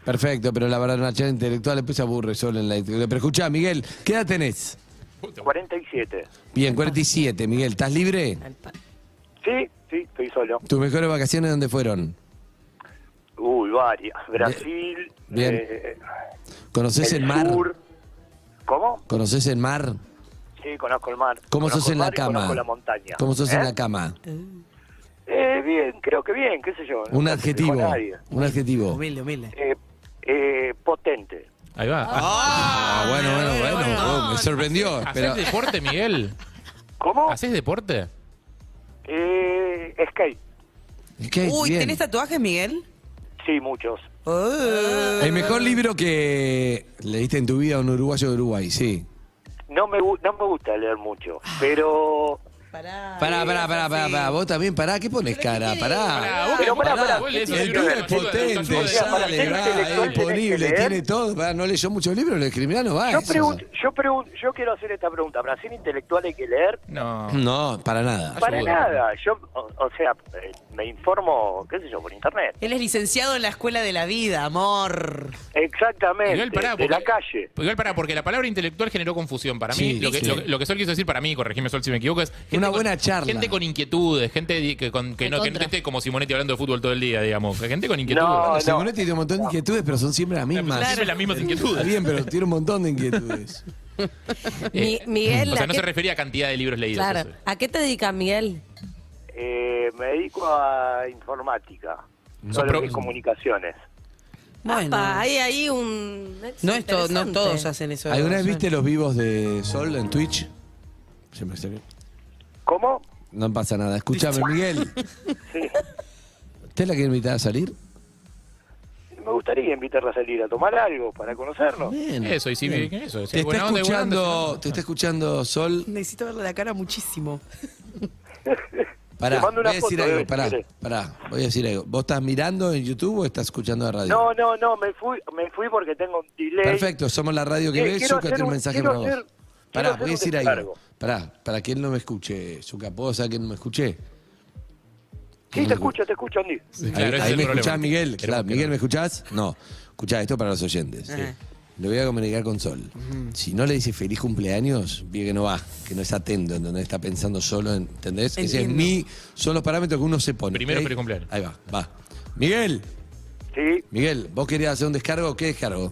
Speaker 4: Perfecto, pero la verdad, una charla intelectual después se aburre solo en la intelectual. Pero escuchá, Miguel, ¿qué edad tenés?
Speaker 13: 47.
Speaker 4: Bien, 47, Miguel, ¿estás libre?
Speaker 13: Sí, sí, estoy solo.
Speaker 4: ¿Tus mejores vacaciones dónde fueron?
Speaker 13: Uy, varias. Brasil.
Speaker 4: Bien.
Speaker 13: eh,
Speaker 4: ¿Conoces el,
Speaker 13: el
Speaker 4: mar?
Speaker 13: sur. ¿Cómo?
Speaker 4: ¿Conoces el mar?
Speaker 13: Sí, conozco el mar.
Speaker 4: ¿Cómo
Speaker 13: Conozco
Speaker 4: sos
Speaker 13: el
Speaker 4: en la
Speaker 13: mar y
Speaker 4: cama?
Speaker 13: Conozco la montaña.
Speaker 4: ¿Cómo sos
Speaker 13: ¿Eh?
Speaker 4: en la cama?
Speaker 13: Eh, bien, creo que bien, qué sé yo.
Speaker 4: Un
Speaker 13: No se fijó
Speaker 4: adjetivo.
Speaker 13: nadie.
Speaker 4: Un adjetivo.
Speaker 6: Humilde, humilde.
Speaker 13: Eh, eh, potente.
Speaker 5: Ahí va.
Speaker 4: Ah, bueno, bueno, bueno.
Speaker 5: bueno.
Speaker 4: oh, me sorprendió.
Speaker 5: ¿Haces
Speaker 4: Pero,
Speaker 5: deporte, Miguel?
Speaker 13: ¿Cómo?
Speaker 5: ¿Haces deporte?
Speaker 13: Eh, skate.
Speaker 4: ¿qué?
Speaker 6: Uy,
Speaker 4: Bien.
Speaker 6: ¿tenés tatuajes, Miguel?
Speaker 13: Sí, muchos.
Speaker 6: Oh.
Speaker 4: El mejor libro que leíste en tu vida a un uruguayo de Uruguay, sí.
Speaker 13: No me, gu- no me gusta leer mucho, pero...
Speaker 6: Pará.
Speaker 4: Pará, pará, pará, pará,
Speaker 6: sí.
Speaker 4: pará. Vos también, pará. ¿Qué pones cara? Pará.
Speaker 13: Pero pará, pará. Este
Speaker 4: El pibe es potente,
Speaker 13: Mira, para
Speaker 4: sale,
Speaker 13: ser
Speaker 4: va,
Speaker 13: intelectual
Speaker 4: es
Speaker 13: tenés que
Speaker 4: disponible,
Speaker 13: leer.
Speaker 4: tiene todo. Pará, no leyó muchos libros, lo escribirá, no va.
Speaker 13: Yo,
Speaker 4: eso.
Speaker 13: pregun- yo, pregun- yo quiero hacer esta pregunta. ¿Para ser intelectual hay que leer?
Speaker 5: No.
Speaker 4: No, para nada.
Speaker 13: Para
Speaker 5: Ayuda.
Speaker 13: nada. Yo, o, o sea, eh, me informo, qué sé yo, por internet.
Speaker 6: Él es licenciado en la escuela de la vida, amor.
Speaker 13: Exactamente.
Speaker 5: Igual pará,
Speaker 13: de
Speaker 5: porque-
Speaker 13: la calle.
Speaker 5: Igual para, porque la palabra intelectual generó confusión. Para mí,
Speaker 4: Sí,
Speaker 5: lo, que,
Speaker 4: sí.
Speaker 5: Lo, lo que Sol quiso decir para mí, corregime Sol si me equivoco, es
Speaker 4: Una
Speaker 5: con-
Speaker 4: buena charla.
Speaker 5: Gente con inquietudes, gente di- que, con- que
Speaker 7: Al
Speaker 5: no, que no
Speaker 7: contra.
Speaker 5: esté como Simonetti hablando de fútbol todo el día, digamos. Gente con inquietudes.
Speaker 13: No,
Speaker 5: Claro,
Speaker 4: Simonetti tiene un montón de inquietudes, pero son siempre las mismas.
Speaker 5: siempre las mismas
Speaker 4: Está
Speaker 5: inquietudes.
Speaker 4: bien, pero tiene un montón de inquietudes.
Speaker 7: Mi-
Speaker 5: Eh,
Speaker 7: Miguel,
Speaker 5: o sea,
Speaker 7: ¿a
Speaker 5: no
Speaker 7: qué-
Speaker 5: se refería a cantidad de libros leídos.
Speaker 7: Claro.
Speaker 5: eso.
Speaker 7: ¿A qué te dedicas, Miguel?
Speaker 13: Eh, me dedico a informática.
Speaker 5: Son
Speaker 13: Solo
Speaker 5: pro-
Speaker 13: que es comunicaciones.
Speaker 6: Bueno.
Speaker 7: Apa, hay ahí un.
Speaker 6: No, es to- no
Speaker 7: interesante.
Speaker 6: todos hacen eso.
Speaker 4: ¿Alguna vez
Speaker 6: Sol.
Speaker 4: viste los vivos de Sol en Twitch? Se me salió.
Speaker 13: ¿Cómo?
Speaker 4: No pasa nada. Escúchame, Miguel. ¿Usted la quiere invitar a salir?
Speaker 13: Me gustaría invitarla a salir a tomar algo para conocernos.
Speaker 4: Bien.
Speaker 5: Eso, y si
Speaker 4: Bien.
Speaker 5: ¿qué es eso? Si
Speaker 4: Te
Speaker 5: hay
Speaker 4: está
Speaker 5: buena onda, hay buena onda, si no,
Speaker 4: escuchando,
Speaker 5: no.
Speaker 4: te está escuchando Sol.
Speaker 6: Necesito verle la cara muchísimo.
Speaker 4: Pará,
Speaker 13: Te
Speaker 4: voy
Speaker 13: mando una
Speaker 4: a decir
Speaker 13: foto,
Speaker 4: algo,
Speaker 13: eh,
Speaker 4: pará,
Speaker 13: si querés.
Speaker 4: pará, voy a decir algo. ¿Vos estás mirando en YouTube o estás escuchando la radio?
Speaker 13: No, no, no, me fui, me fui porque tengo un delay.
Speaker 4: Perfecto, somos la radio que
Speaker 13: Eh,
Speaker 4: ve,
Speaker 13: quiero
Speaker 4: Zucca
Speaker 13: hacer
Speaker 4: tiene un
Speaker 13: un-
Speaker 4: mensaje
Speaker 13: quiero
Speaker 4: para vos.
Speaker 13: hacer- quiero
Speaker 4: pará,
Speaker 13: hacer
Speaker 4: voy a
Speaker 13: un
Speaker 4: decir
Speaker 13: descargo.
Speaker 4: algo. Pará, para que él no me escuche, Zucca, ¿puedo saber que él no me escuché?
Speaker 13: Sí, te escucho, te escucho, Andy.
Speaker 4: ahí ahí me escuchás, Miguel. Claro, Miguel, ¿me escuchás? No. Escuchá, esto para los oyentes.
Speaker 13: Sí.
Speaker 4: Lo voy a comunicar con Sol. Si no le dice feliz cumpleaños, bien que no va, que no es atento, ¿entendés? Está pensando solo, en- ¿entendés? Ese es
Speaker 13: Entiendo.
Speaker 4: mi, son los parámetros que uno se pone.
Speaker 5: Primero
Speaker 4: ¿ok?
Speaker 5: feliz cumpleaños.
Speaker 4: Ahí va, va. Miguel,
Speaker 13: Sí,
Speaker 4: Miguel, ¿vos querías hacer un descargo? ¿Qué descargo?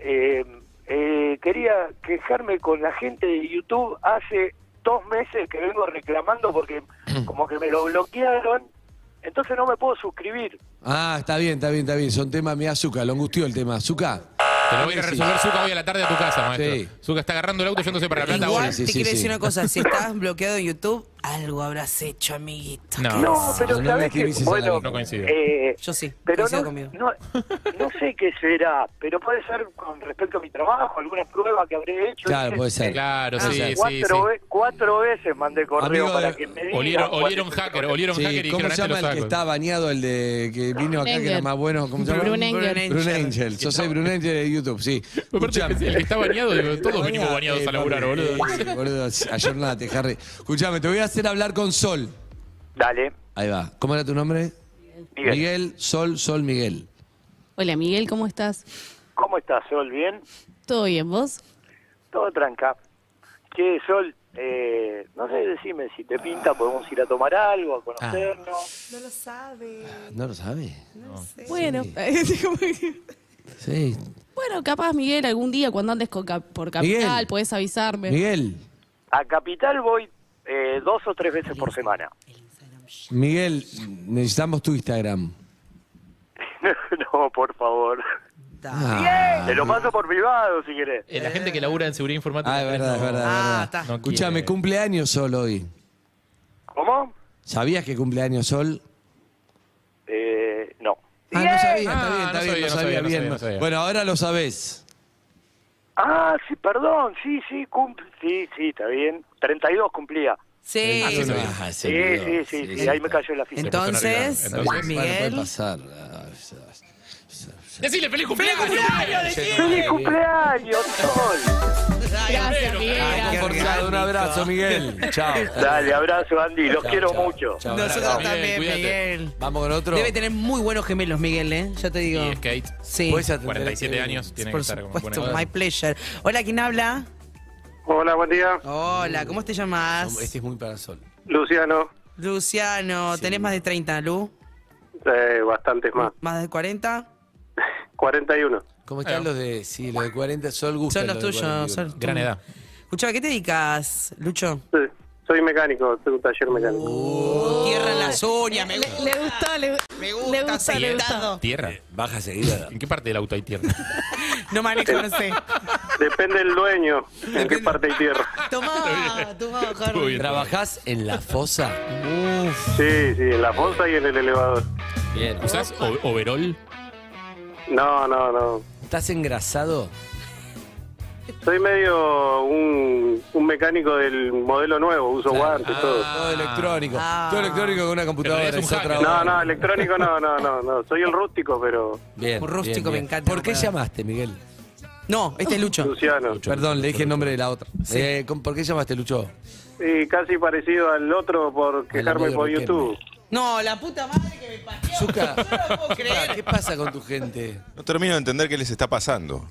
Speaker 13: eh, eh, quería quejarme con la gente de YouTube. Hace dos meses que vengo reclamando porque como que me lo bloquearon. Entonces no me puedo suscribir.
Speaker 4: Ah, está bien, está bien, está bien. Son temas, mira, Zucca, lo angustió el tema. Zucca.
Speaker 5: Te lo voy a ir a resolver Zuka hoy a la tarde a tu casa, maestro. Zuka está agarrando el auto yéndose para la plata
Speaker 6: Igual
Speaker 5: ahora.
Speaker 6: te quiero decir una cosa, si estás bloqueado en YouTube, algo habrás hecho, amiguito.
Speaker 5: No.
Speaker 6: ¿Qué
Speaker 5: No,
Speaker 6: decís?
Speaker 5: pero No, no sabés que- victimices a la bueno, gente.
Speaker 6: no
Speaker 5: no coincido.
Speaker 6: Yo sí,
Speaker 13: eh, Pero
Speaker 6: coincido
Speaker 13: no,
Speaker 6: conmigo.
Speaker 13: no, no sé qué será, pero puede ser con respecto a mi trabajo, alguna prueba que habré hecho. Ah,
Speaker 4: Claro, puede ser.
Speaker 5: Claro,
Speaker 4: sí, sí,
Speaker 13: cuatro, eh.
Speaker 4: sí.
Speaker 13: ve- cuatro veces mandé correo
Speaker 4: Amigo
Speaker 13: para
Speaker 4: de-
Speaker 13: que me digan.
Speaker 5: Olieron,
Speaker 13: cuál
Speaker 5: olieron
Speaker 13: es el
Speaker 5: hacker,
Speaker 13: problema.
Speaker 5: olieron
Speaker 4: Sí,
Speaker 5: hacker y
Speaker 4: ¿Cómo
Speaker 5: dijeron,
Speaker 4: se
Speaker 5: "Ah, te
Speaker 4: llama
Speaker 5: lo
Speaker 4: el que
Speaker 5: saco".
Speaker 4: está bañado, el de que vino acá, que era
Speaker 5: Brunenger.
Speaker 4: más bueno? ¿Cómo se llama?
Speaker 5: Brunenger.
Speaker 4: Brunenger. Yo soy Brunenger de YouTube, sí. Escuchame.
Speaker 5: el que está bañado, digo, todos venimos
Speaker 4: Bañate,
Speaker 5: bañados a laburar,
Speaker 4: papi.
Speaker 5: boludo.
Speaker 4: Sí, eh, boludo, ayornate, Harry. Escuchame, te voy a hacer hablar con Sol.
Speaker 13: Dale.
Speaker 4: Ahí va. ¿Cómo era tu nombre?
Speaker 13: Miguel.
Speaker 4: Sol, Sol, Miguel.
Speaker 12: Hola Miguel, ¿cómo estás?
Speaker 13: ¿Cómo estás, Sol? ¿Bien?
Speaker 12: ¿Todo bien vos?
Speaker 13: Todo tranca. Che, Sol, eh, no sé, decime, si te pinta podemos ir a tomar algo, a conocernos.
Speaker 6: No lo sabe.
Speaker 4: ¿No lo sabe?
Speaker 12: Bueno,
Speaker 4: Sí.
Speaker 12: bueno, capaz Miguel algún día cuando andes con cap- por capital
Speaker 13: Miguel.
Speaker 12: podés avisarme.
Speaker 4: Miguel. Ah.
Speaker 13: A Capital voy eh, dos o tres veces por semana.
Speaker 4: Miguel, necesitamos tu Instagram.
Speaker 13: no, por favor.
Speaker 4: Ah.
Speaker 13: Te lo paso por privado, si querés.
Speaker 5: Eh, La gente que labura en seguridad informática.
Speaker 4: Ah, es verdad, es
Speaker 5: no-
Speaker 4: verdad. es verdad.
Speaker 5: No
Speaker 4: Escuchame,
Speaker 5: quiere.
Speaker 4: cumpleaños Sol hoy.
Speaker 13: ¿Cómo?
Speaker 4: ¿Sabías que cumpleaños Sol?
Speaker 13: Eh, no.
Speaker 4: Ah, no sabía,
Speaker 13: Ah,
Speaker 4: está bien,
Speaker 13: no
Speaker 4: está bien,
Speaker 13: sabía,
Speaker 4: no sabía,
Speaker 13: no sabía, no
Speaker 4: bien.
Speaker 13: sabía, no sabía.
Speaker 4: Bueno, ahora lo sabés.
Speaker 13: Ah, sí, perdón, sí, sí, cumple. Sí, sí, está bien. 32 cumplía.
Speaker 6: Sí. Ah, sí, no,
Speaker 4: ah,
Speaker 13: sí,
Speaker 4: se
Speaker 13: sí,
Speaker 4: olvidó.
Speaker 13: sí,
Speaker 4: Sí,
Speaker 13: sí,
Speaker 4: sí.
Speaker 13: ahí me cayó la ficha.
Speaker 6: Entonces,
Speaker 4: Bueno, puede
Speaker 6: Miguel.
Speaker 4: pasar. Ah,
Speaker 5: Decile feliz cumpleaños. ¡Feliz cumpleaños!
Speaker 4: eh,
Speaker 13: ¡Feliz cumpleaños, Sol!
Speaker 12: Gracias, Miguel.
Speaker 4: Ay, confortado, un abrazo, Miguel. Chao.
Speaker 13: Dale, abrazo, Andy, los
Speaker 4: Chao,
Speaker 13: quiero
Speaker 4: chao,
Speaker 13: mucho.
Speaker 4: chao,
Speaker 6: Nosotros
Speaker 4: abrazo.
Speaker 6: también,
Speaker 4: Cuídate.
Speaker 6: Miguel.
Speaker 4: Vamos con otro.
Speaker 6: Debe tener muy buenos gemelos, Miguel, ¿eh? Ya te digo.
Speaker 5: Y Skate,
Speaker 6: Sí.
Speaker 5: 47 años, tiene que
Speaker 6: Por
Speaker 5: estar como
Speaker 6: supuesto,
Speaker 5: buena
Speaker 6: my pleasure. Hola, ¿quién habla?
Speaker 14: Hola, buen día.
Speaker 6: Hola, ¿cómo te llamas?
Speaker 4: Este es muy para Sol.
Speaker 14: Luciano,
Speaker 6: Luciano, tenés más de 30, Lu.
Speaker 14: eh, bastantes más.
Speaker 6: Más de 40.
Speaker 14: 41.
Speaker 4: ¿Cómo
Speaker 5: Eh.
Speaker 4: están los de, sí, los de 40? Sol gusta.
Speaker 6: Son los tuyos, son los tuyos. Escuchame, ¿qué te dedicas, Lucho?
Speaker 14: Sí, Soy mecánico, tengo un taller mecánico.
Speaker 6: Tierra en
Speaker 5: Oh.
Speaker 6: las uñas, me gusta.
Speaker 12: Le gustó, le, me gusta, le gusta, le gusta.
Speaker 5: Tierra.
Speaker 4: Baja seguida.
Speaker 5: ¿En qué parte del auto hay tierra?
Speaker 6: No manejo, no sé.
Speaker 14: Depende del dueño, en qué parte hay tierra.
Speaker 6: Tomá, tomá,
Speaker 5: Estuvo
Speaker 6: Harry.
Speaker 5: bien.
Speaker 4: ¿Trabajás en la fosa?
Speaker 14: Sí, sí, en la fosa y en el elevador.
Speaker 4: Bien.
Speaker 5: ¿Usás o- overall?
Speaker 14: No, no, no.
Speaker 4: ¿Estás engrasado?
Speaker 14: Soy medio un, un mecánico del modelo nuevo, uso guantes, todo.
Speaker 4: Todo electrónico.
Speaker 6: Ah.
Speaker 4: Todo electrónico con una computadora.
Speaker 5: Ah. Pero es un
Speaker 4: es otra
Speaker 5: hacker.
Speaker 14: No,
Speaker 4: hora.
Speaker 14: no, electrónico no, no, no, no. Soy el rústico, pero
Speaker 4: Bien.
Speaker 6: Un rústico,
Speaker 4: bien,
Speaker 6: me
Speaker 4: bien.
Speaker 6: encanta.
Speaker 4: ¿Por qué llamaste, Miguel?
Speaker 6: No, este es Lucho.
Speaker 14: Luciano.
Speaker 4: Perdón, le dije el nombre de la otra. Eh, ¿con- ¿Por qué llamaste, Lucho?
Speaker 14: Y casi parecido al otro por quejarme
Speaker 4: medio
Speaker 14: por
Speaker 4: rockero.
Speaker 14: YouTube.
Speaker 6: No, la puta madre que me pateó.
Speaker 4: Zucca.
Speaker 6: Yo no lo puedo creer.
Speaker 4: ¿Qué pasa con tu gente?
Speaker 8: No termino de entender qué les está pasando.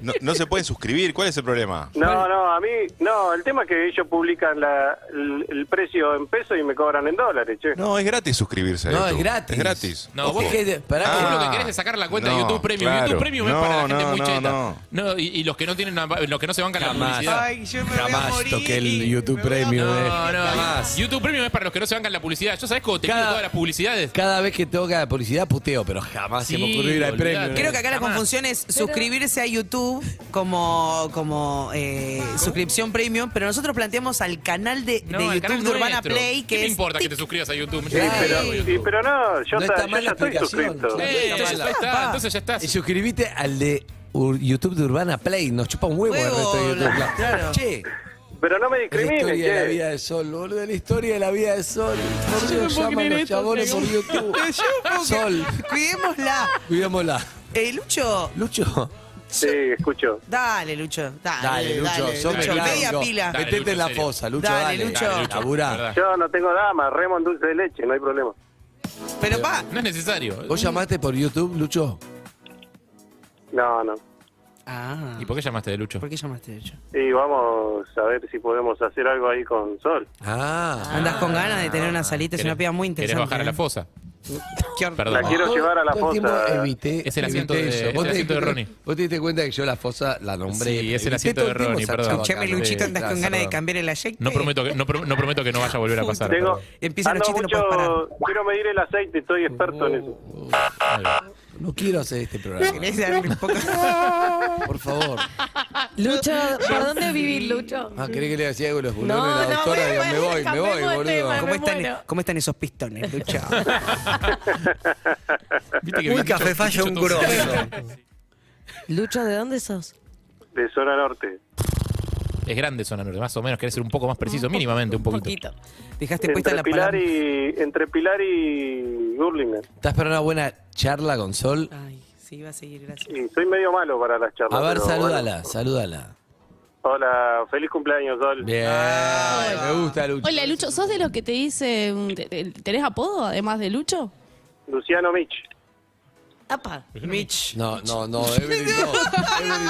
Speaker 8: No, no se pueden suscribir, ¿cuál es el problema?
Speaker 14: No, no, a mí, no, el tema es que ellos publican la, el, el precio en pesos y me cobran en dólares, che.
Speaker 8: No, es gratis suscribirse a
Speaker 4: No,
Speaker 8: YouTube.
Speaker 4: es gratis.
Speaker 8: Es gratis. Ah.
Speaker 5: No,
Speaker 4: Es
Speaker 5: vos-
Speaker 4: que- pará,
Speaker 5: Vos
Speaker 4: que-
Speaker 5: lo que querés es sacar la cuenta de
Speaker 8: No,
Speaker 5: YouTube Premium.
Speaker 8: claro.
Speaker 5: YouTube Premium es
Speaker 8: No,
Speaker 5: para la gente
Speaker 8: no,
Speaker 5: muy
Speaker 8: no,
Speaker 5: cheta.
Speaker 8: no.
Speaker 5: No, y, y los que no tienen la- los que no se bancan la
Speaker 4: Jamás.
Speaker 5: publicidad.
Speaker 6: Ay, yo me voy a
Speaker 4: Jamás
Speaker 6: morir.
Speaker 4: toqué el YouTube Premium, eh.
Speaker 5: No, no,
Speaker 4: Jamás.
Speaker 5: YouTube Premium es para los que no se bancan la publicidad. Yo sabés cómo te
Speaker 4: Cada-
Speaker 5: pido todas las publicidades.
Speaker 4: Cada vez que toca la publicidad puteo, pero jamás se me
Speaker 5: Sí,
Speaker 4: ocurrió ir al
Speaker 5: olvidate.
Speaker 4: premium. eh.
Speaker 6: Creo que acá la
Speaker 5: Jamás.
Speaker 6: confusión es suscribirse a YouTube como, como eh, suscripción premium, pero nosotros planteamos al canal de, de
Speaker 5: No, el
Speaker 6: YouTube
Speaker 5: canal
Speaker 6: de Urbana
Speaker 5: nuestro.
Speaker 6: Play,
Speaker 5: ¿Qué
Speaker 6: que
Speaker 5: te
Speaker 6: es.
Speaker 5: importa que te suscribas a YouTube?
Speaker 14: Sí, pero, sí, pero no, yo,
Speaker 4: No
Speaker 14: ta-
Speaker 4: está
Speaker 14: yo
Speaker 4: mal
Speaker 14: ya
Speaker 4: la
Speaker 14: estoy
Speaker 4: explicación.
Speaker 14: suscrito.
Speaker 4: claro.
Speaker 5: Eh,
Speaker 4: Está
Speaker 5: entonces
Speaker 4: mal.
Speaker 5: ya está, entonces ya
Speaker 4: Y
Speaker 5: estás.
Speaker 4: suscribiste al de Ur- YouTube de Urbana Play. Nos chupa un huevo, el resto de
Speaker 6: Huevo,
Speaker 4: YouTube.
Speaker 6: claro.
Speaker 4: Che,
Speaker 13: Pero no me
Speaker 4: La
Speaker 13: discrimine,
Speaker 4: historia de la
Speaker 13: che.
Speaker 4: vida de Sol, boludo. La historia de la vida de Sol. Por
Speaker 6: Yo no
Speaker 4: Dios,
Speaker 6: puedo
Speaker 4: llaman
Speaker 6: creer
Speaker 4: los
Speaker 6: esto,
Speaker 4: chabones por
Speaker 6: Diego.
Speaker 4: YouTube.
Speaker 6: Yo no puedo
Speaker 4: Sol,
Speaker 6: creer. Cuidémosla.
Speaker 4: cuidémosla.
Speaker 6: Eh, Lucho.
Speaker 4: Lucho.
Speaker 13: Sí, escucho.
Speaker 6: Dale, Lucho. Dale,
Speaker 4: Dale, Lucho. Sol,
Speaker 6: Lucho,
Speaker 4: claro,
Speaker 6: media
Speaker 4: no.
Speaker 6: pila.
Speaker 4: Metete en la fosa, Lucho, dale.
Speaker 6: Dale, Lucho.
Speaker 4: Laburá.
Speaker 13: Yo no tengo dama, remo en dulce de leche, no hay problema.
Speaker 6: Pero pa.
Speaker 5: No es necesario.
Speaker 4: ¿Vos llamaste por YouTube, Lucho?
Speaker 13: No, no.
Speaker 6: Ah.
Speaker 5: ¿Y por qué llamaste de Lucho?
Speaker 6: ¿Por qué llamaste de Lucho?
Speaker 13: Y vamos a ver si podemos hacer algo ahí con Sol.
Speaker 4: Ah.
Speaker 6: Andas con ganas de tener una salita, es una piba muy interesante.
Speaker 5: ¿Querés bajar a la
Speaker 6: ¿eh?
Speaker 5: fosa?
Speaker 6: Qué hor-
Speaker 5: Perdón.
Speaker 13: La quiero llevar a la
Speaker 4: Ah. Todo el tiempo
Speaker 13: fosa.
Speaker 4: evité-
Speaker 5: Es el asiento
Speaker 4: evité
Speaker 5: de-
Speaker 4: eso.
Speaker 5: es
Speaker 4: Vos
Speaker 5: el
Speaker 4: te-
Speaker 5: asiento de Ronnie.
Speaker 4: Vos te diste cuenta que yo la fosa la nombré.
Speaker 5: Sí, es el
Speaker 4: Evité
Speaker 5: asiento
Speaker 4: todo
Speaker 5: de
Speaker 4: tiempo
Speaker 5: Ronnie,
Speaker 4: esa
Speaker 5: perdón.
Speaker 4: chabacana.
Speaker 6: Escuchame, Luchito, andas con
Speaker 4: Gracias,
Speaker 6: ganas de
Speaker 4: perdón.
Speaker 6: cambiar el aceite.
Speaker 5: No prometo, que, no, pro- no prometo que no vaya a volver a pasar.
Speaker 13: Tengo-
Speaker 5: perdón.
Speaker 6: Empiezan los
Speaker 13: Ando
Speaker 6: chistes, no puedes parar.
Speaker 13: mucho, quiero medir el aceite, estoy experto en eso.
Speaker 4: No quiero hacer este programa.
Speaker 6: ¿Querés darle un poco?
Speaker 4: Por favor.
Speaker 16: Lucho, ¿por dónde vivís, Lucho?
Speaker 4: Ah, ¿querés que le decía algo a los bulones?
Speaker 16: No,
Speaker 4: la
Speaker 16: no,
Speaker 4: doctora,
Speaker 16: bueno,
Speaker 4: digo, me voy, me voy,
Speaker 16: cambiemos de
Speaker 4: boludo.
Speaker 16: tema,
Speaker 6: ¿Cómo
Speaker 16: me
Speaker 6: están, e-
Speaker 16: muero.
Speaker 6: ¿Cómo están esos pistones, Lucho?
Speaker 5: Viste que
Speaker 17: Un
Speaker 5: Lucho-
Speaker 17: café falla,
Speaker 5: Lucho
Speaker 17: un
Speaker 5: todo-
Speaker 17: grosso.
Speaker 16: Lucho, ¿de dónde sos?
Speaker 13: De zona norte.
Speaker 5: Es grande zona norte, más o menos. Querés ser un poco más preciso, mínimamente, un poquito.
Speaker 16: Poquito.
Speaker 6: Dejaste puesta
Speaker 13: Entre
Speaker 6: la
Speaker 13: Pilar,
Speaker 6: palabra.
Speaker 13: y, entre Pilar y Burlingame.
Speaker 4: ¿Estás para una buena charla con Sol?
Speaker 6: Ay, sí, iba a seguir, gracias.
Speaker 13: Y soy medio malo para las charlas.
Speaker 4: A ver,
Speaker 13: pero
Speaker 4: salúdala,
Speaker 13: bueno.
Speaker 4: salúdala.
Speaker 13: Hola, feliz cumpleaños, Sol.
Speaker 4: Bien,
Speaker 6: Ah,
Speaker 4: me gusta, Lucho.
Speaker 12: Hola, Lucho, ¿sos de los que te dice, mm, te- te- tenés apodo además de Lucho?
Speaker 13: Luciano Mich.
Speaker 16: Apa.
Speaker 6: Mitch.
Speaker 4: No, no, no, Evelyn, no. Evelyn,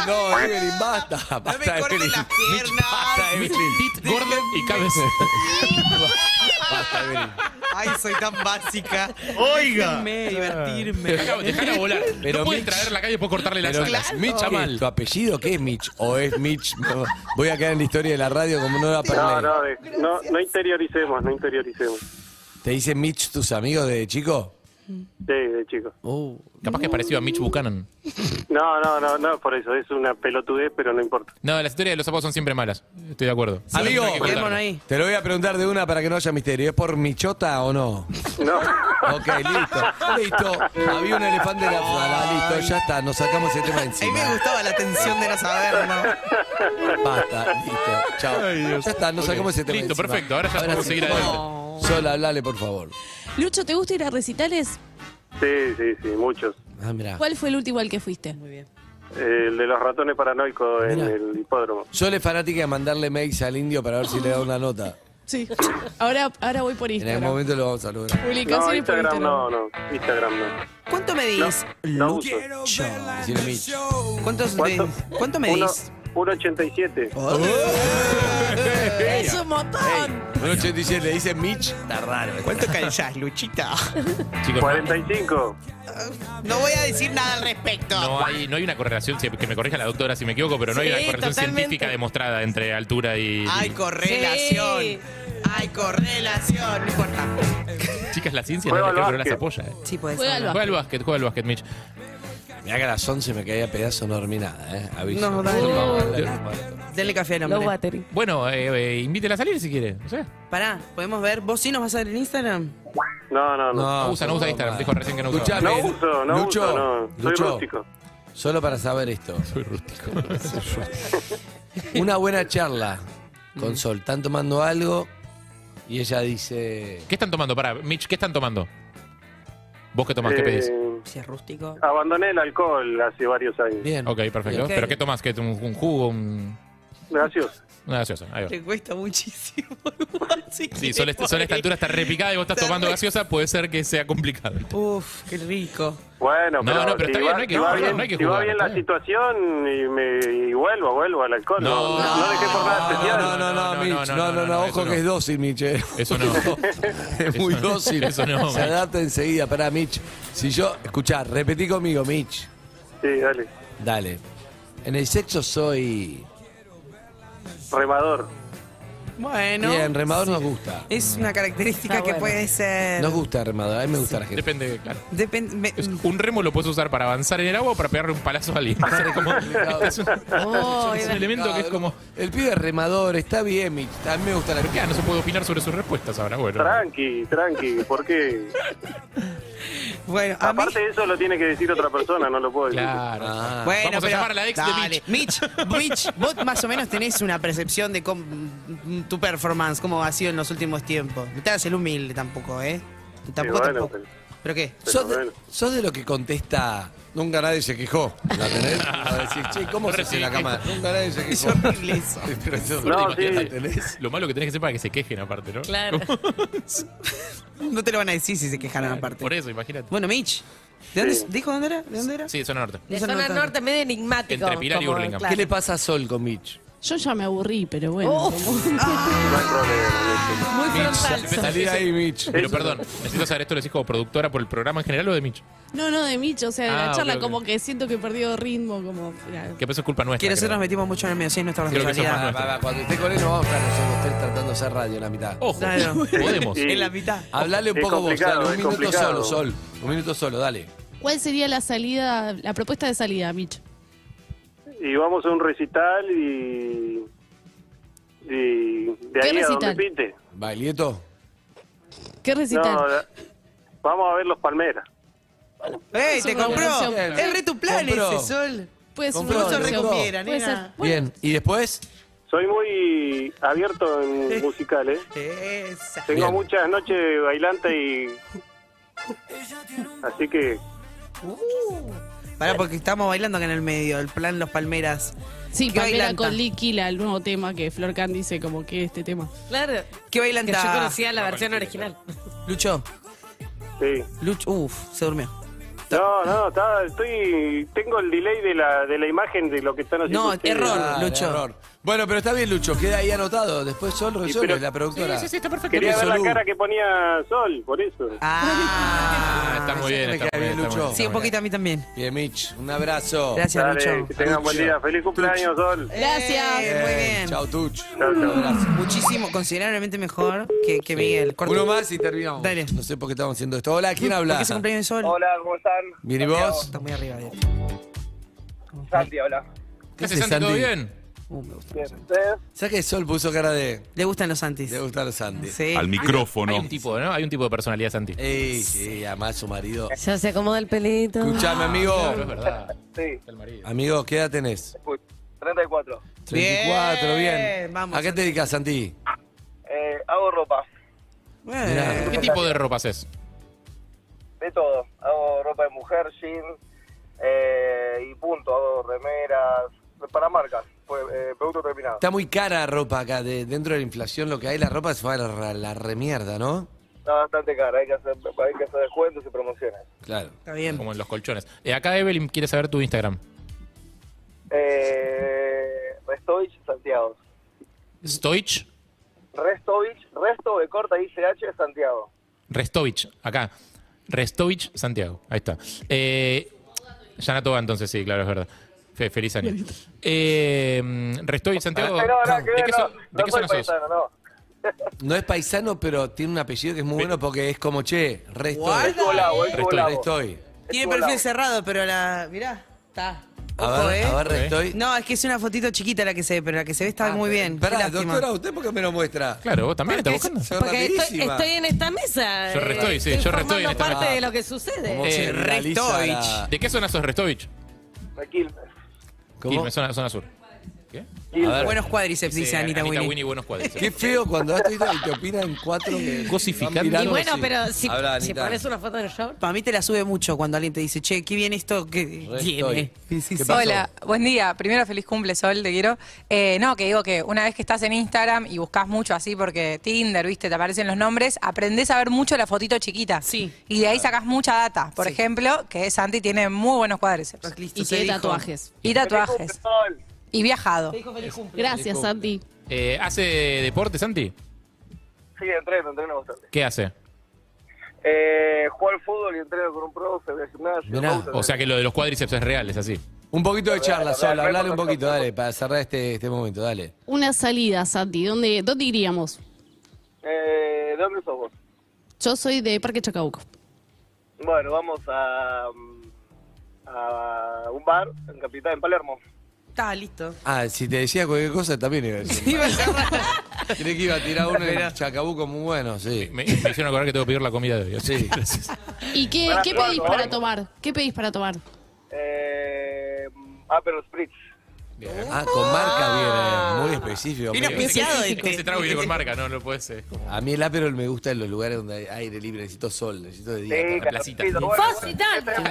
Speaker 4: no, Evelyn, basta. Basta,
Speaker 6: me cortes
Speaker 4: Evelyn.
Speaker 6: las
Speaker 4: Mitch,
Speaker 6: piernas.
Speaker 4: Basta, Evelyn.
Speaker 5: Pit, Gordon y Cabez.
Speaker 4: Basta, Evelyn.
Speaker 6: Ay, soy tan básica.
Speaker 17: Oiga.
Speaker 6: Déjenme divertirme.
Speaker 5: Dejala dejala volar.
Speaker 4: Pero
Speaker 5: no puedes
Speaker 4: Mitch-
Speaker 5: traer la calle y después cortarle las
Speaker 4: Pero,
Speaker 5: alas.
Speaker 4: Mitch,
Speaker 5: Está
Speaker 4: ¿qué?
Speaker 5: mal.
Speaker 4: ¿Tu apellido qué es Mitch? ¿O es Mitch? No, voy a quedar en la historia de la radio como no la
Speaker 13: No,
Speaker 4: perlé.
Speaker 13: no, de- no, no interioricemos, no interioricemos. Sí,
Speaker 4: ¿Te dicen Mitch tus amigos de chico?
Speaker 13: de chico.
Speaker 4: Uh,
Speaker 5: Capaz que es parecido a Mitch Buchanan.
Speaker 13: No, no, no, no, por eso, es una pelotudez, pero no importa.
Speaker 5: No, las historias de los apodos son siempre malas. Estoy de acuerdo.
Speaker 4: Amigo,
Speaker 5: Siempre hay que
Speaker 6: Guillermo
Speaker 5: cortarlo.
Speaker 6: ahí.
Speaker 4: te lo voy a preguntar de una para que no haya misterio. ¿Es por Michota o no?
Speaker 13: No,
Speaker 4: Ok, listo. Listo. Había un elefante en la sala. Listo, ya está. Nos sacamos ese tema de
Speaker 6: A mí me
Speaker 4: encima.
Speaker 6: gustaba la tensión de no saberlo.
Speaker 4: Basta, listo. Chao. Ya está, nos
Speaker 5: Ok,
Speaker 4: sacamos ese tema de
Speaker 5: listo,
Speaker 4: encima.
Speaker 5: perfecto, ahora ya podemos seguir adelante.
Speaker 4: No. Sol, hablale, por favor.
Speaker 12: Lucho, ¿te gusta ir a recitales?
Speaker 13: sí, sí, sí, muchos.
Speaker 4: Ah, mirá.
Speaker 12: ¿Cuál fue el último al que fuiste?
Speaker 13: El de los ratones paranoicos en
Speaker 4: Mirá.
Speaker 13: el hipódromo.
Speaker 4: Sol es fanática de mandarle mails al indio para ver si le da una nota.
Speaker 12: Sí. Ahora, ahora voy por
Speaker 4: En algún
Speaker 12: Instagram.
Speaker 4: momento lo vamos a lograr.
Speaker 13: No,
Speaker 12: Publicaciones por
Speaker 13: Instagram
Speaker 12: Instagram.
Speaker 13: no, no, Instagram no.
Speaker 6: ¿Cuánto medís?
Speaker 13: No uso.
Speaker 4: Decirle Mitch.
Speaker 6: ¿Cuántos
Speaker 13: ¿Cuánto?
Speaker 6: de- ¿Cuánto
Speaker 13: Uno-
Speaker 6: medís?
Speaker 4: Oh,
Speaker 13: 1,87.
Speaker 16: Es un montón.
Speaker 4: Un 87 le dice Mitch. Está raro.
Speaker 6: ¿Cuánto calzás, Luchita?
Speaker 5: Chicos, no-
Speaker 13: 45.
Speaker 6: No voy a decir nada al respecto.
Speaker 5: No hay, no hay una correlación, si- que me corrija la doctora si me equivoco, pero no hay
Speaker 16: Sí,
Speaker 5: una correlación
Speaker 16: totalmente.
Speaker 5: científica demostrada entre altura y.
Speaker 6: Hay correlación.
Speaker 16: Sí.
Speaker 6: Hay correlación. No importa.
Speaker 5: Chicas, la ciencia no,
Speaker 13: Juega
Speaker 5: la
Speaker 13: al
Speaker 5: creo que no las
Speaker 13: básquet.
Speaker 5: apoya. eh.
Speaker 6: Sí, puede
Speaker 12: Juega
Speaker 6: ser.
Speaker 12: al
Speaker 5: Juega al básquet, juega al básquet, Mitch.
Speaker 4: Mirá que a las 11 me caía pedazo, no dormí nada, ¿eh? Aviso.
Speaker 6: No, dale.
Speaker 4: Dale, dale.
Speaker 6: Denle café al
Speaker 16: Los
Speaker 6: hombre.
Speaker 16: Battery.
Speaker 5: Bueno, eh, eh, invítela a salir si quiere. No sé.
Speaker 6: Pará, ¿podemos ver? ¿Vos sí nos vas a ver en Instagram?
Speaker 13: No, no, no.
Speaker 5: No usa, no usa
Speaker 4: todo
Speaker 5: Instagram,
Speaker 4: mal.
Speaker 5: dijo recién que no usaba.
Speaker 4: Escuchame,
Speaker 13: No uso, no
Speaker 4: Lucho,
Speaker 13: uso, no. Soy
Speaker 4: Lucho,
Speaker 13: rústico.
Speaker 4: Solo para saber esto. Soy rústico. Una buena charla con Sol. Están tomando algo y ella dice.
Speaker 5: ¿Qué están tomando? Pará, Mitch, ¿qué están tomando? ¿Vos qué tomás? ¿Qué
Speaker 13: Eh,
Speaker 5: pedís?
Speaker 6: Si es rústico.
Speaker 13: Abandoné el alcohol hace varios años.
Speaker 4: Bien.
Speaker 5: Ok, perfecto.
Speaker 4: Bien.
Speaker 5: ¿Pero qué tomás? ¿Qué, un, un jugo? Un,
Speaker 13: Gracias.
Speaker 5: una gaseosa. Ahí va.
Speaker 6: Te cuesta muchísimo.
Speaker 5: Sí, Sol, este- Sol a esta altura está repicada y vos estás tomando gaseosa, puede ser que sea complicado.
Speaker 6: Uf, qué rico.
Speaker 13: Bueno,
Speaker 5: No, no, pero
Speaker 13: si
Speaker 5: está bien,
Speaker 13: va-
Speaker 5: no hay que
Speaker 13: si va
Speaker 5: jugar,
Speaker 13: bien-
Speaker 5: no hay que
Speaker 13: si va
Speaker 5: jugar,
Speaker 13: bien
Speaker 5: está
Speaker 13: la
Speaker 5: bien.
Speaker 13: situación y, me, y vuelvo, vuelvo al alcohol. No, no, no dejé por nada especial.
Speaker 4: No, no, no, no, Mitch. No, no, no.
Speaker 5: eso
Speaker 4: Ojo que es dócil, Mitch. eh.
Speaker 5: Eso no.
Speaker 4: Es muy
Speaker 5: Eso no,
Speaker 4: dócil.
Speaker 5: eso no,
Speaker 4: Se
Speaker 5: Mitch.
Speaker 4: adapta enseguida. Pará, Mitch. Si yo. Escuchá, repetí conmigo, Mitch.
Speaker 13: Sí, dale.
Speaker 4: Dale. En el sexo soy.
Speaker 13: Remador.
Speaker 6: Bueno.
Speaker 4: Bien, remador nos gusta.
Speaker 6: Es una característica
Speaker 16: Está
Speaker 6: que
Speaker 16: bueno.
Speaker 6: puede ser.
Speaker 4: Nos gusta remador. A mí me gusta la gente.
Speaker 5: Depende, claro.
Speaker 6: Depende. me-
Speaker 5: Es- un remo lo puedes usar para avanzar en el agua o para pegarle un palazo a alguien. O sea, como- es un,
Speaker 4: Oh,
Speaker 5: es un elemento que es como.
Speaker 4: El pibe es remador, está bien, Mitch. A mí me gusta la
Speaker 5: ¿Por qué? Ah, No se puede opinar sobre sus respuestas ahora. Bueno.
Speaker 13: Tranqui, tranqui. ¿Por qué?
Speaker 6: Bueno, a mí-
Speaker 14: Aparte de eso lo tiene que decir otra persona, no lo puedo decir.
Speaker 5: Claro.
Speaker 4: Ah.
Speaker 6: Bueno,
Speaker 14: Vamos a
Speaker 6: pero-
Speaker 14: llamar a la ex de
Speaker 6: dale. Mitch. Mitch, vos más o menos tenés una percepción de cómo- mm, tu performance, cómo ha sido en los últimos tiempos. No te hagas el humilde tampoco, ¿eh? Tampoco,
Speaker 4: bueno,
Speaker 6: tampoco. Pero, qué?
Speaker 4: ¿Sos de, sos de lo que contesta, nunca nadie se quejó. ¿La tenés? A decir, che, ¿cómo se hace la cama? Nunca nadie se quejó.
Speaker 5: Es
Speaker 6: horrible eso.
Speaker 4: Pero eso-
Speaker 5: No,
Speaker 4: ¿te imaginas?
Speaker 5: sí. Lo malo que tenés que ser para que se quejen aparte, ¿no?
Speaker 7: Claro.
Speaker 6: No te lo van a decir si se quejan aparte.
Speaker 5: Por eso, imagínate.
Speaker 6: Bueno, Mitch, ¿de dónde,
Speaker 5: Sí.
Speaker 6: ¿dijo dónde era? ¿De dónde era?
Speaker 5: Sí, zona norte.
Speaker 7: De zona norte, medio enigmático.
Speaker 5: Entre Pilar y
Speaker 7: como,
Speaker 5: Burlingame.
Speaker 7: claro.
Speaker 4: ¿Qué le pasa a Sol con Mitch?
Speaker 12: Yo ya me aburrí, pero bueno. Oh, Muy frontal.
Speaker 4: Salí de ahí, Mitch.
Speaker 5: Pero perdón, necesito saber esto, lo decís como productora por el programa en general o de Mitch.
Speaker 12: No, no, de Micho, o sea, de la
Speaker 5: Ah,
Speaker 12: charla
Speaker 5: ok, ok.
Speaker 12: como que siento que he perdido ritmo, como... mira,
Speaker 5: Que eso es culpa nuestra.
Speaker 6: Que nosotros
Speaker 5: creo.
Speaker 6: nos metimos mucho en el medio, sí, es nuestra
Speaker 5: Creo que eso es
Speaker 6: responsabilidad.
Speaker 5: más nuestro.
Speaker 4: Ah, Va, va, Cuando esté con él, no vamos a estar nosotros tres tratando de hacer radio en la mitad.
Speaker 5: Ojo,
Speaker 6: Claro.
Speaker 5: podemos.
Speaker 6: En la mitad.
Speaker 4: Hablale un
Speaker 5: Es
Speaker 4: poco vos,
Speaker 5: complicado,
Speaker 4: dale, un
Speaker 5: es
Speaker 4: minuto solo,
Speaker 5: complicado.
Speaker 4: Sol. Un minuto solo, dale.
Speaker 12: ¿Cuál sería la salida, la propuesta de salida, Micho?
Speaker 14: Y vamos a un recital y. y de
Speaker 12: ¿Qué
Speaker 14: ahí a donde
Speaker 12: recital?
Speaker 14: pinte.
Speaker 4: ¿Bailieto?
Speaker 12: ¿Qué recital?
Speaker 14: No, la- vamos a ver los Palmeras.
Speaker 6: ¡Ey,
Speaker 12: Es
Speaker 6: te
Speaker 12: una
Speaker 6: compró!
Speaker 12: opción.
Speaker 6: ¡Es re tu plan
Speaker 4: Compró.
Speaker 6: ese, Sol!
Speaker 12: Puede ser
Speaker 6: Compró,
Speaker 12: una opción.
Speaker 6: compró.
Speaker 12: Puede
Speaker 6: nena.
Speaker 12: ser.
Speaker 4: Bien, ¿y después?
Speaker 14: Soy muy abierto en musicales.
Speaker 6: Esa.
Speaker 14: Tengo
Speaker 4: Bien.
Speaker 14: muchas noches bailantes y. Así que.
Speaker 6: Pará, porque estamos bailando acá en el medio, el plan Los Palmeras.
Speaker 12: Sí,
Speaker 6: ¿Qué
Speaker 12: Pamela
Speaker 6: bailan?
Speaker 12: con Liquila, el nuevo tema que Flor Can dice como que este tema.
Speaker 7: Claro.
Speaker 6: ¿Qué bailan?
Speaker 7: Que yo
Speaker 6: ta?
Speaker 7: conocía la versión original.
Speaker 6: Lucho.
Speaker 14: Sí.
Speaker 6: Lucho, uff, se durmió.
Speaker 14: No, no, está- estoy. Tengo el delay de la, de la imagen de lo que están haciendo. ustedes.
Speaker 4: Dale, error. Bueno, pero está bien, Lucho, queda ahí anotado. Después Sol resuelve,
Speaker 14: pero-
Speaker 4: la productora.
Speaker 14: Sí, sí, sí, está perfecto. Quería ver la
Speaker 4: Solú.
Speaker 14: cara que ponía Sol, por eso.
Speaker 5: Ah, está muy bien,
Speaker 4: Me
Speaker 5: está
Speaker 4: queda
Speaker 5: muy bien,
Speaker 4: bien,
Speaker 5: está muy
Speaker 4: Lucho.
Speaker 5: bien.
Speaker 6: Sí, un poquito a mí también.
Speaker 4: Bien, Mitch, un abrazo.
Speaker 6: Gracias, Dale, Lucho. Eh.
Speaker 14: que tengan buen día. Feliz cumpleaños, Sol.
Speaker 12: Gracias.
Speaker 6: muy bien. Mm.
Speaker 4: Chao, Tuch.
Speaker 14: Un
Speaker 4: abrazo.
Speaker 6: Muchísimo, considerablemente mejor que, que Miguel. Corta.
Speaker 4: Uno más y terminamos.
Speaker 6: Dale. Mm,
Speaker 4: No sé por qué estamos haciendo esto. Hola, ¿quién habla?
Speaker 6: Porque es el cumpleaños de Sol.
Speaker 18: Hola, ¿cómo están?
Speaker 4: Bien, ¿y vos?
Speaker 6: Está muy arriba. Bien.
Speaker 18: Santi, hola.
Speaker 5: ¿Qué haces, Santi? ¿Todo bien?
Speaker 6: Uh,
Speaker 18: Bien, ¿ustedes?
Speaker 4: ¿Sabes que Sol puso cara de.
Speaker 6: Le gustan los Santis.
Speaker 4: Le gustan los Santis.
Speaker 6: Sí.
Speaker 5: Hay- Hay un tipo, ¿no? Hay un tipo de personalidad, Santi.
Speaker 4: Ey, sí, además su marido.
Speaker 7: Ya se acomoda el pelito.
Speaker 6: Ah,
Speaker 4: Escuchame, amigo.
Speaker 5: Claro, es verdad.
Speaker 18: Sí,
Speaker 4: Amigo, ¿qué edad tenés?
Speaker 18: 34.
Speaker 4: 34, bien.
Speaker 6: vamos,
Speaker 4: ¿A qué te dedicas, Santi?
Speaker 18: Eh, hago ropa,
Speaker 4: Mirá.
Speaker 5: ¿Qué tipo de ropa haces?
Speaker 18: de todo. Hago ropa de mujer, jean eh, y punto. Hago remeras para marcas, pues, eh, producto terminado.
Speaker 4: Está muy cara la ropa acá. de- dentro de la inflación, lo que hay, la ropa se va a la, la remierda, ¿no?
Speaker 18: Está bastante cara, hay que hacer, hay que hacer descuentos y promociones.
Speaker 4: Claro.
Speaker 6: Está bien.
Speaker 5: Como en los colchones. Eh, acá Evelyn quiere saber tu Instagram.
Speaker 18: Eh, Restovich Santiago.
Speaker 5: Stoich,
Speaker 18: Restovich, resto de corta ICH Santiago.
Speaker 5: Restovich, acá. Restovich, Santiago. Ahí está. Eh, Yanatoba, entonces, sí, claro, es verdad. Fe- feliz año. Eh, mm, Restovich, Santiago.
Speaker 18: Eh, no, nada que
Speaker 5: ¿De
Speaker 18: ver,
Speaker 5: qué,
Speaker 18: no,
Speaker 5: so- de
Speaker 18: no
Speaker 5: qué
Speaker 18: soy
Speaker 5: zona sos?
Speaker 18: paisano, no.
Speaker 4: No es paisano, pero tiene un apellido que es muy bueno porque es como che, resto.
Speaker 6: Guarda, Es volado,
Speaker 18: es
Speaker 4: Resto,
Speaker 18: volado.
Speaker 4: restoy.
Speaker 6: Tiene
Speaker 18: Hola.
Speaker 6: perfil cerrado, pero la. Mirá, está.
Speaker 4: A
Speaker 6: Ojo,
Speaker 4: ver,
Speaker 6: ¿eh?
Speaker 4: a ver, restoy.
Speaker 6: No, es que es una fotito chiquita la que se ve, pero la que se ve está muy bien. Qué
Speaker 4: Pará,
Speaker 6: lástima.
Speaker 4: doctora, ¿usted por qué me lo muestra?
Speaker 5: Claro, vos
Speaker 6: Ah,
Speaker 5: también estás buscando.
Speaker 4: Soy
Speaker 7: Porque estoy,
Speaker 4: rapidísima.
Speaker 7: estoy en esta mesa.
Speaker 5: Yo
Speaker 7: eh,
Speaker 5: restoy, sí,
Speaker 7: estoy
Speaker 5: yo restoy en
Speaker 7: formando
Speaker 5: esta
Speaker 7: parte
Speaker 5: mesa.
Speaker 7: de lo que sucede.
Speaker 4: Como se
Speaker 5: Eh,
Speaker 4: realiza la-
Speaker 5: ¿De qué zona sos, Restovich?
Speaker 18: De Quilmes.
Speaker 4: ¿Cómo?
Speaker 5: Quilmes, zona, zona sur. ¿Qué?
Speaker 4: A ver.
Speaker 6: Buenos cuádriceps, dice Anita, Winnie.
Speaker 5: buenos cuadros.
Speaker 4: Qué feo cuando das Twitter y te opinan cuatro que-
Speaker 5: Cosificando.
Speaker 4: van
Speaker 7: Y
Speaker 4: virando
Speaker 7: bueno,
Speaker 4: así.
Speaker 7: pero si,
Speaker 4: Habla,
Speaker 7: si
Speaker 4: Anita.
Speaker 7: pones una foto en el short.
Speaker 6: Para mí te la sube mucho cuando alguien te dice, che, qué bien esto que tiene. Sí, sí.
Speaker 19: Hola, buen día. Primero, feliz cumple, Sol, te quiero. Eh, no, que digo que una vez que estás en Instagram y buscas mucho así, porque Tinder, viste, te aparecen los nombres, aprendés a ver mucho la fotito chiquita. Sí. Y de ahí sacás mucha data. Por ejemplo, que Santi tiene muy buenos cuádriceps.
Speaker 12: Y tiene tatuajes.
Speaker 19: Y tatuajes. Y viajado.
Speaker 12: Gracias, Santi.
Speaker 5: Eh, ¿Hace deporte, Santi?
Speaker 18: Sí, entreno, entreno bastante.
Speaker 5: ¿Qué hace?
Speaker 18: Eh, juego al fútbol y entreno con un profe, voy al gimnasio. me gusta
Speaker 5: O sea que lo de los cuádriceps es real, es así.
Speaker 4: Un poquito de charla,
Speaker 18: Hablar,
Speaker 4: Sol,
Speaker 18: hablar,
Speaker 4: hablale un poquito, dale, para cerrar este, este momento, dale.
Speaker 12: Una salida, Santi. ¿Dónde, dónde iríamos?
Speaker 18: Eh, ¿De dónde sos vos?
Speaker 12: Yo soy de Parque Chacabuco.
Speaker 18: Bueno, vamos a, mm, a un bar en Capital, en Palermo.
Speaker 6: Está listo.
Speaker 4: Ah, si te decía cualquier cosa también iba a decir. Creí que iba a tirar uno en Chacabuco muy bueno, sí.
Speaker 5: Me, me hicieron acordar que tengo que pedir la comida de hoy. así que gracias.
Speaker 12: ¿Y qué,
Speaker 18: Para
Speaker 12: qué
Speaker 18: jugar,
Speaker 12: pedís
Speaker 18: ¿no?
Speaker 12: para tomar? ¿Qué pedís para tomar?
Speaker 18: Eh, Apple Spritz.
Speaker 4: Ah, con marca viene, muy específico.
Speaker 5: Mira,
Speaker 4: amigo.
Speaker 6: este.
Speaker 5: Ese trago viene con marca, no lo puedes. eh, como-
Speaker 4: A mí el Aperol me gusta en los lugares donde hay aire libre, necesito sol, necesito de día.
Speaker 5: Sí,
Speaker 4: la placita.
Speaker 5: calorcito,
Speaker 18: bueno. este
Speaker 12: Fácil, tanto.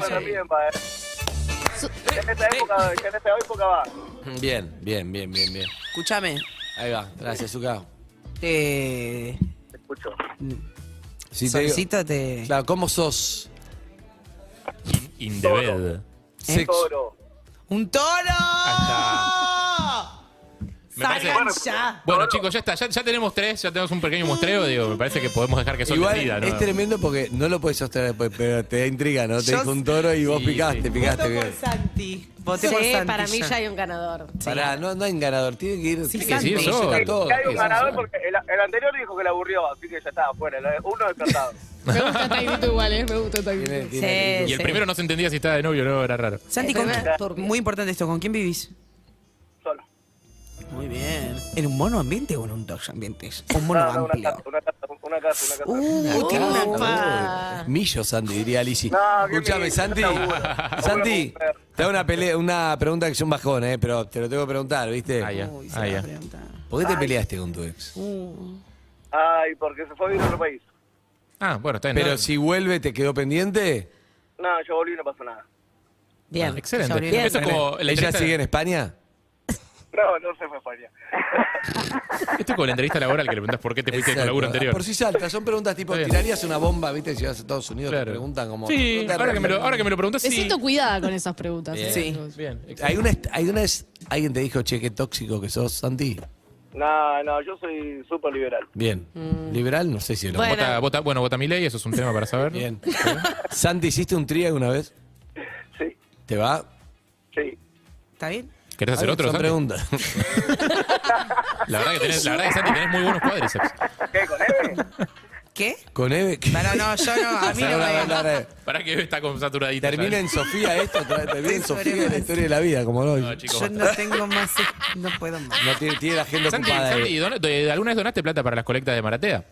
Speaker 18: Ya eh. en esta
Speaker 4: Eh,
Speaker 18: época, ya en esta época va.
Speaker 4: Bien, bien, bien, bien, bien.
Speaker 6: Escúchame.
Speaker 4: Ahí va, gracias, Zuka.
Speaker 6: Te.
Speaker 18: Escucho.
Speaker 4: Si te digo-
Speaker 6: Solicítate.
Speaker 4: Claro, ¿cómo sos?
Speaker 5: In the bed.
Speaker 4: Sexo.
Speaker 6: ¡Un toro!
Speaker 5: Me parece-
Speaker 6: ¡Salgan ya!
Speaker 5: Bueno, chicos, ya está. Ya, ya tenemos tres, ya tenemos un pequeño muestreo. Digo, me parece que podemos dejar que son
Speaker 4: Igual
Speaker 5: vida, ¿no?
Speaker 4: es tremendo porque no lo puedes sostener después, pero te da intriga, ¿no? Te
Speaker 5: Yo-
Speaker 4: dijo un toro y vos
Speaker 5: Sí,
Speaker 4: picaste,
Speaker 5: sí.
Speaker 4: picaste.
Speaker 5: Voto por
Speaker 4: bien.
Speaker 6: Santi. Voté por
Speaker 7: Sí,
Speaker 6: Santi
Speaker 7: para mí ya hay un ganador.
Speaker 4: Pará, no, no hay un ganador, tiene que ir.
Speaker 7: Sí,
Speaker 4: tiene
Speaker 7: sí,
Speaker 4: que ir
Speaker 7: sí,
Speaker 4: con
Speaker 7: sí.
Speaker 4: a todos.
Speaker 18: Ya hay un ganador porque el, el anterior dijo que le aburrió, así que ya está, afuera. el- Uno descartado.
Speaker 12: Me gusta esta actitud igual, ¿eh? Me gusta esta actitud.
Speaker 6: tiene-
Speaker 5: y el
Speaker 6: sí.
Speaker 5: primero no se entendía si estaba de novio o no, era raro.
Speaker 6: Santi, con- muy importante esto, ¿con quién vivís?
Speaker 18: Solo.
Speaker 6: Muy bien. ¿En un mono ambiente o en un dog ambiente? Un mono
Speaker 18: No, no, una
Speaker 6: amplio.
Speaker 18: casa, una casa, una casa. Una casa.
Speaker 6: Uh, tiene una
Speaker 4: Uy, Millo, Sandy, diría Alicia.
Speaker 18: No, qué
Speaker 4: Escúchame,
Speaker 18: millo,
Speaker 4: Santi.
Speaker 18: está bueno.
Speaker 4: Santi, te hago una, pelea, una pregunta que es un bajón, ¿eh? Pero te lo tengo que preguntar, ¿viste?
Speaker 6: Uy, se la pregunta.
Speaker 4: ¿Por qué te peleaste con tu ex?
Speaker 18: Uh, Ay, porque se fue a vivir a otro país.
Speaker 5: Ah, bueno, está bien.
Speaker 4: Pero si vuelve, ¿te quedó pendiente?
Speaker 18: No, yo volví y no pasó nada.
Speaker 7: Bien.
Speaker 5: excelente. Eso es como Oh, la
Speaker 4: ¿Ella
Speaker 5: entrevista-
Speaker 4: sigue en España?
Speaker 18: No, no se fue a España.
Speaker 5: Esto es como la entrevista laboral que le preguntás por qué te fuiste de
Speaker 4: Exacto.
Speaker 5: tu
Speaker 4: Ah,
Speaker 5: laburo anterior.
Speaker 4: Por si salta, son preguntas tipo,
Speaker 5: Está bien.
Speaker 4: ¿tirarías una bomba, viste, si vas a Estados Unidos? Te
Speaker 5: Claro.
Speaker 4: preguntan como...
Speaker 5: Sí,
Speaker 4: preguntas
Speaker 5: ahora que me lo, ahora que me lo preguntás,
Speaker 12: Me
Speaker 5: sí.
Speaker 12: siento cuidada con esas preguntas.
Speaker 4: Bien.
Speaker 12: ¿eh?
Speaker 4: Sí.
Speaker 5: Bien,
Speaker 4: ¿Hay una, hay una vez alguien te dijo, che, qué tóxico que sos, Santi?
Speaker 18: No, no, yo soy súper liberal.
Speaker 4: Bien.
Speaker 18: Mm.
Speaker 4: ¿Liberal? No sé si lo...
Speaker 5: Bueno, vota, vota, bueno, vota mi ley, eso es un tema para saber.
Speaker 4: Bien. Santi, ¿hiciste un trío alguna vez?
Speaker 18: Sí.
Speaker 4: ¿Te va?
Speaker 18: Sí.
Speaker 6: ¿Está bien?
Speaker 5: ¿Querés hacer
Speaker 4: Ah,
Speaker 5: otro,
Speaker 4: Son
Speaker 5: Santi?
Speaker 4: preguntas.
Speaker 5: La verdad que tenés, la verdad que Santi tenés muy buenos cuádriceps.
Speaker 6: ¿Qué?
Speaker 4: ¿Con Eve? ¿qué?
Speaker 6: No, no, yo no, a mí no
Speaker 4: Ahora, ahora,
Speaker 6: me...
Speaker 4: ahora.
Speaker 5: Pará que Eve está con saturadita.
Speaker 4: Termina en Sofía esto, tra- termina en Sofía la historia de la vida, como no. No,
Speaker 6: Yo no tengo más... No puedo más.
Speaker 4: tiene, tiene la agenda
Speaker 5: Santi,
Speaker 4: ocupada. eh.
Speaker 5: Santi,
Speaker 4: Eve.
Speaker 5: dona- ¿de- ¿alguna vez donaste plata para las colectas de Maratea?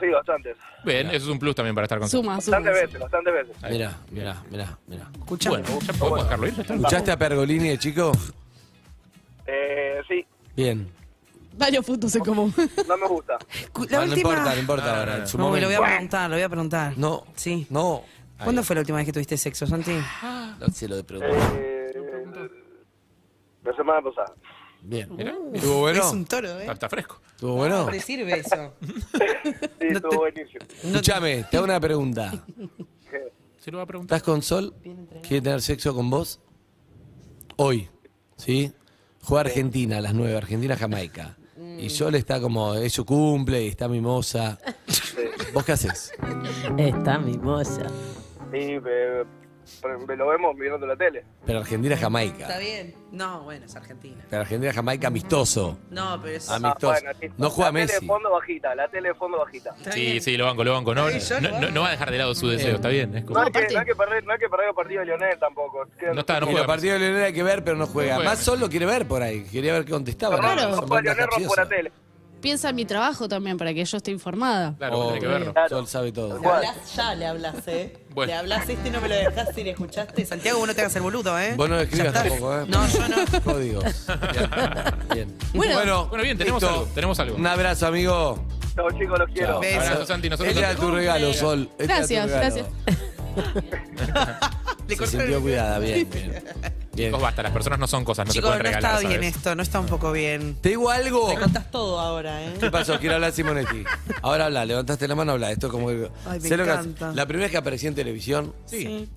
Speaker 18: Sí, bastantes.
Speaker 5: Bien, eso es un plus también para estar con
Speaker 12: Suma, suma.
Speaker 18: Bastantes veces, bastantes veces.
Speaker 4: Mirá, mirá, mirá, mirá.
Speaker 6: Escuchame.
Speaker 5: Bueno, ya podemos dejarlo ir. ya está.
Speaker 4: ¿Escuchaste a Pergolini de chico?
Speaker 18: Eh, sí,
Speaker 4: Bien.
Speaker 12: Varios puntos se como.
Speaker 18: no me gusta.
Speaker 4: No,
Speaker 6: Escu- La
Speaker 4: Ah, no
Speaker 6: última...
Speaker 4: importa, no importa
Speaker 5: No, no,
Speaker 4: ahora.
Speaker 5: no,
Speaker 4: en su
Speaker 6: No, me lo voy a
Speaker 4: momento.
Speaker 6: preguntar, lo voy a preguntar.
Speaker 4: No,
Speaker 6: Sí.
Speaker 4: no.
Speaker 6: ¿Cuándo fue la última vez que tuviste sexo, Santi?
Speaker 4: No se lo de preguntar.
Speaker 18: Eh, la semana pasada.
Speaker 4: Bien.
Speaker 6: Uh,
Speaker 4: ¿Estuvo bueno?
Speaker 6: Es un toro,
Speaker 5: Está,
Speaker 6: ¿eh?
Speaker 5: está fresco.
Speaker 4: ¿Estuvo bueno?
Speaker 6: No te sirve eso.
Speaker 18: Sí, estuvo buenísimo.
Speaker 4: Escúchame, te hago una pregunta.
Speaker 5: Se lo va a preguntar.
Speaker 4: ¿Estás con Sol? ¿Quiere tener sexo con vos? Hoy, ¿sí? Juega Argentina a las 9, Argentina-Jamaica. Y Sol está como, es su cumple y está mimosa. ¿Vos qué haces?
Speaker 7: Está mimosa.
Speaker 18: Sí, eh, pero me lo vemos mirando la tele.
Speaker 4: Pero
Speaker 6: ¿Está
Speaker 4: Argentina-Jamaica.
Speaker 6: bien? No, bueno, es Argentina.
Speaker 4: Pero Argentina-Jamaica amistoso.
Speaker 6: No, pero es...
Speaker 4: Amistoso.
Speaker 18: listo.
Speaker 4: No juega
Speaker 18: la tele
Speaker 4: Messi.
Speaker 18: de fondo bajita, la tele de fondo bajita.
Speaker 6: Está
Speaker 5: Sí,
Speaker 6: bien.
Speaker 5: sí, lo banco, lo banco. No,
Speaker 6: Está
Speaker 5: no,
Speaker 6: bien, yo lo
Speaker 5: no-
Speaker 6: banco.
Speaker 5: no va a dejar de lado su deseo, está bien. Es
Speaker 18: No
Speaker 5: como-
Speaker 18: hay, que, no, hay que perder, no hay que perder el partido de Lionel tampoco.
Speaker 5: no está, no
Speaker 4: Y los
Speaker 5: juega.
Speaker 4: partidos de Leonel hay que ver, pero no juega.
Speaker 5: No juega.
Speaker 4: Más Sol lo quiere ver por ahí. Quería ver qué contestaba.
Speaker 12: Claro.
Speaker 4: Son
Speaker 18: No
Speaker 4: preguntas
Speaker 18: juega Lionel rompo la
Speaker 4: capciosas.
Speaker 18: tele.
Speaker 12: Piensa en mi trabajo también para que yo esté informada.
Speaker 5: Claro,
Speaker 4: Oh,
Speaker 5: tiene que verlo.
Speaker 4: Sol sabe todo.
Speaker 18: Igual.
Speaker 6: ya le hablas, ¿eh?
Speaker 5: Bueno. Le
Speaker 6: hablas este y no me lo dejaste y le escuchaste. Santiago, vos no te hagas el boludo, ¿eh?
Speaker 4: Vos no escribas tampoco, ¿eh?
Speaker 6: No, yo no.
Speaker 4: Códigos. Bien. Bien.
Speaker 12: Bueno.
Speaker 5: Bueno, bien, tenemos
Speaker 4: listo.
Speaker 5: algo, tenemos algo.
Speaker 4: Un abrazo, amigo.
Speaker 18: Chao, chicos, los quiero.
Speaker 6: Beso.
Speaker 5: Abrazo, Santi. Nosotros
Speaker 4: Ella era tu regalo, Sol. Este era tu
Speaker 12: Gracias,
Speaker 4: regalo.
Speaker 12: gracias.
Speaker 6: Le
Speaker 4: Se
Speaker 6: cortaron
Speaker 4: sintió
Speaker 6: el-
Speaker 4: cuidada, bien, bien. Bien.
Speaker 5: Chicos, basta, las personas no son cosas, no se
Speaker 6: Chicos,
Speaker 5: pueden
Speaker 6: no
Speaker 5: regalar.
Speaker 6: está bien
Speaker 5: ¿sabes?
Speaker 6: esto, no está un poco bien.
Speaker 4: Te digo algo.
Speaker 6: Contás todo ahora, ¿eh?
Speaker 4: ¿Qué pasó? Quiero hablar Simonetti. Ahora habla, levantaste la mano, habla. Esto es como que.
Speaker 6: Ay, me
Speaker 4: Sé lo que
Speaker 6: encanta.
Speaker 4: hace. la primera vez que aparecí en televisión,
Speaker 5: Sí.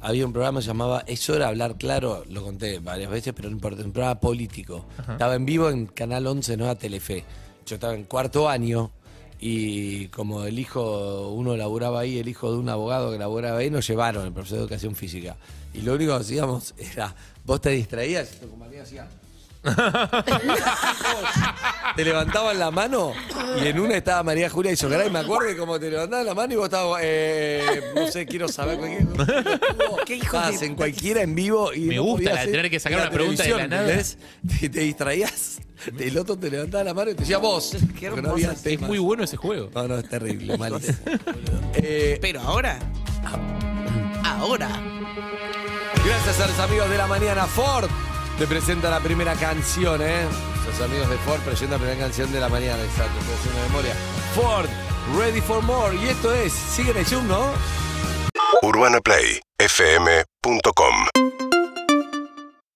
Speaker 4: había un programa que se llamaba Es hora de hablar claro, lo conté varias veces, pero no importa, un programa político. Estaba en vivo en Canal 11, no era Telefe. Yo estaba en cuarto año y como el hijo, uno laburaba ahí, el hijo de un abogado que laburaba ahí, nos llevaron, el profesor de educación física. Y lo único que hacíamos era, vos te distraías, y tu compañero hacía... te levantaban la mano y en una estaba María Julia y Socará y me acuerdo que como te levantaban la mano y vos estabas, eh, no sé, quiero saber cualquier
Speaker 6: ¿Qué hijo
Speaker 4: Estabas
Speaker 6: de-
Speaker 4: en cualquiera en vivo y
Speaker 5: Me
Speaker 4: no
Speaker 5: gusta
Speaker 4: podías
Speaker 5: la de
Speaker 4: ir
Speaker 5: tener que sacar
Speaker 4: a
Speaker 5: una pregunta de la
Speaker 4: televisión, ¿entendés? Te, te distraías El otro te levantaba la mano y te decía vos. porque no había
Speaker 5: es
Speaker 4: temas.
Speaker 5: muy bueno ese juego.
Speaker 4: No, no, es terrible, malísimo. Eh,
Speaker 6: Pero ahora. Ahora.
Speaker 4: Gracias a los amigos de la mañana. Ford te presenta la primera canción, ¿eh? Los amigos de Ford presentan la primera canción de la mañana, exacto. Estoy haciendo memoria. Ford, Ready for More. Y esto es, siguen el Zoom, ¿no?
Speaker 20: UrbanaPlayFM.com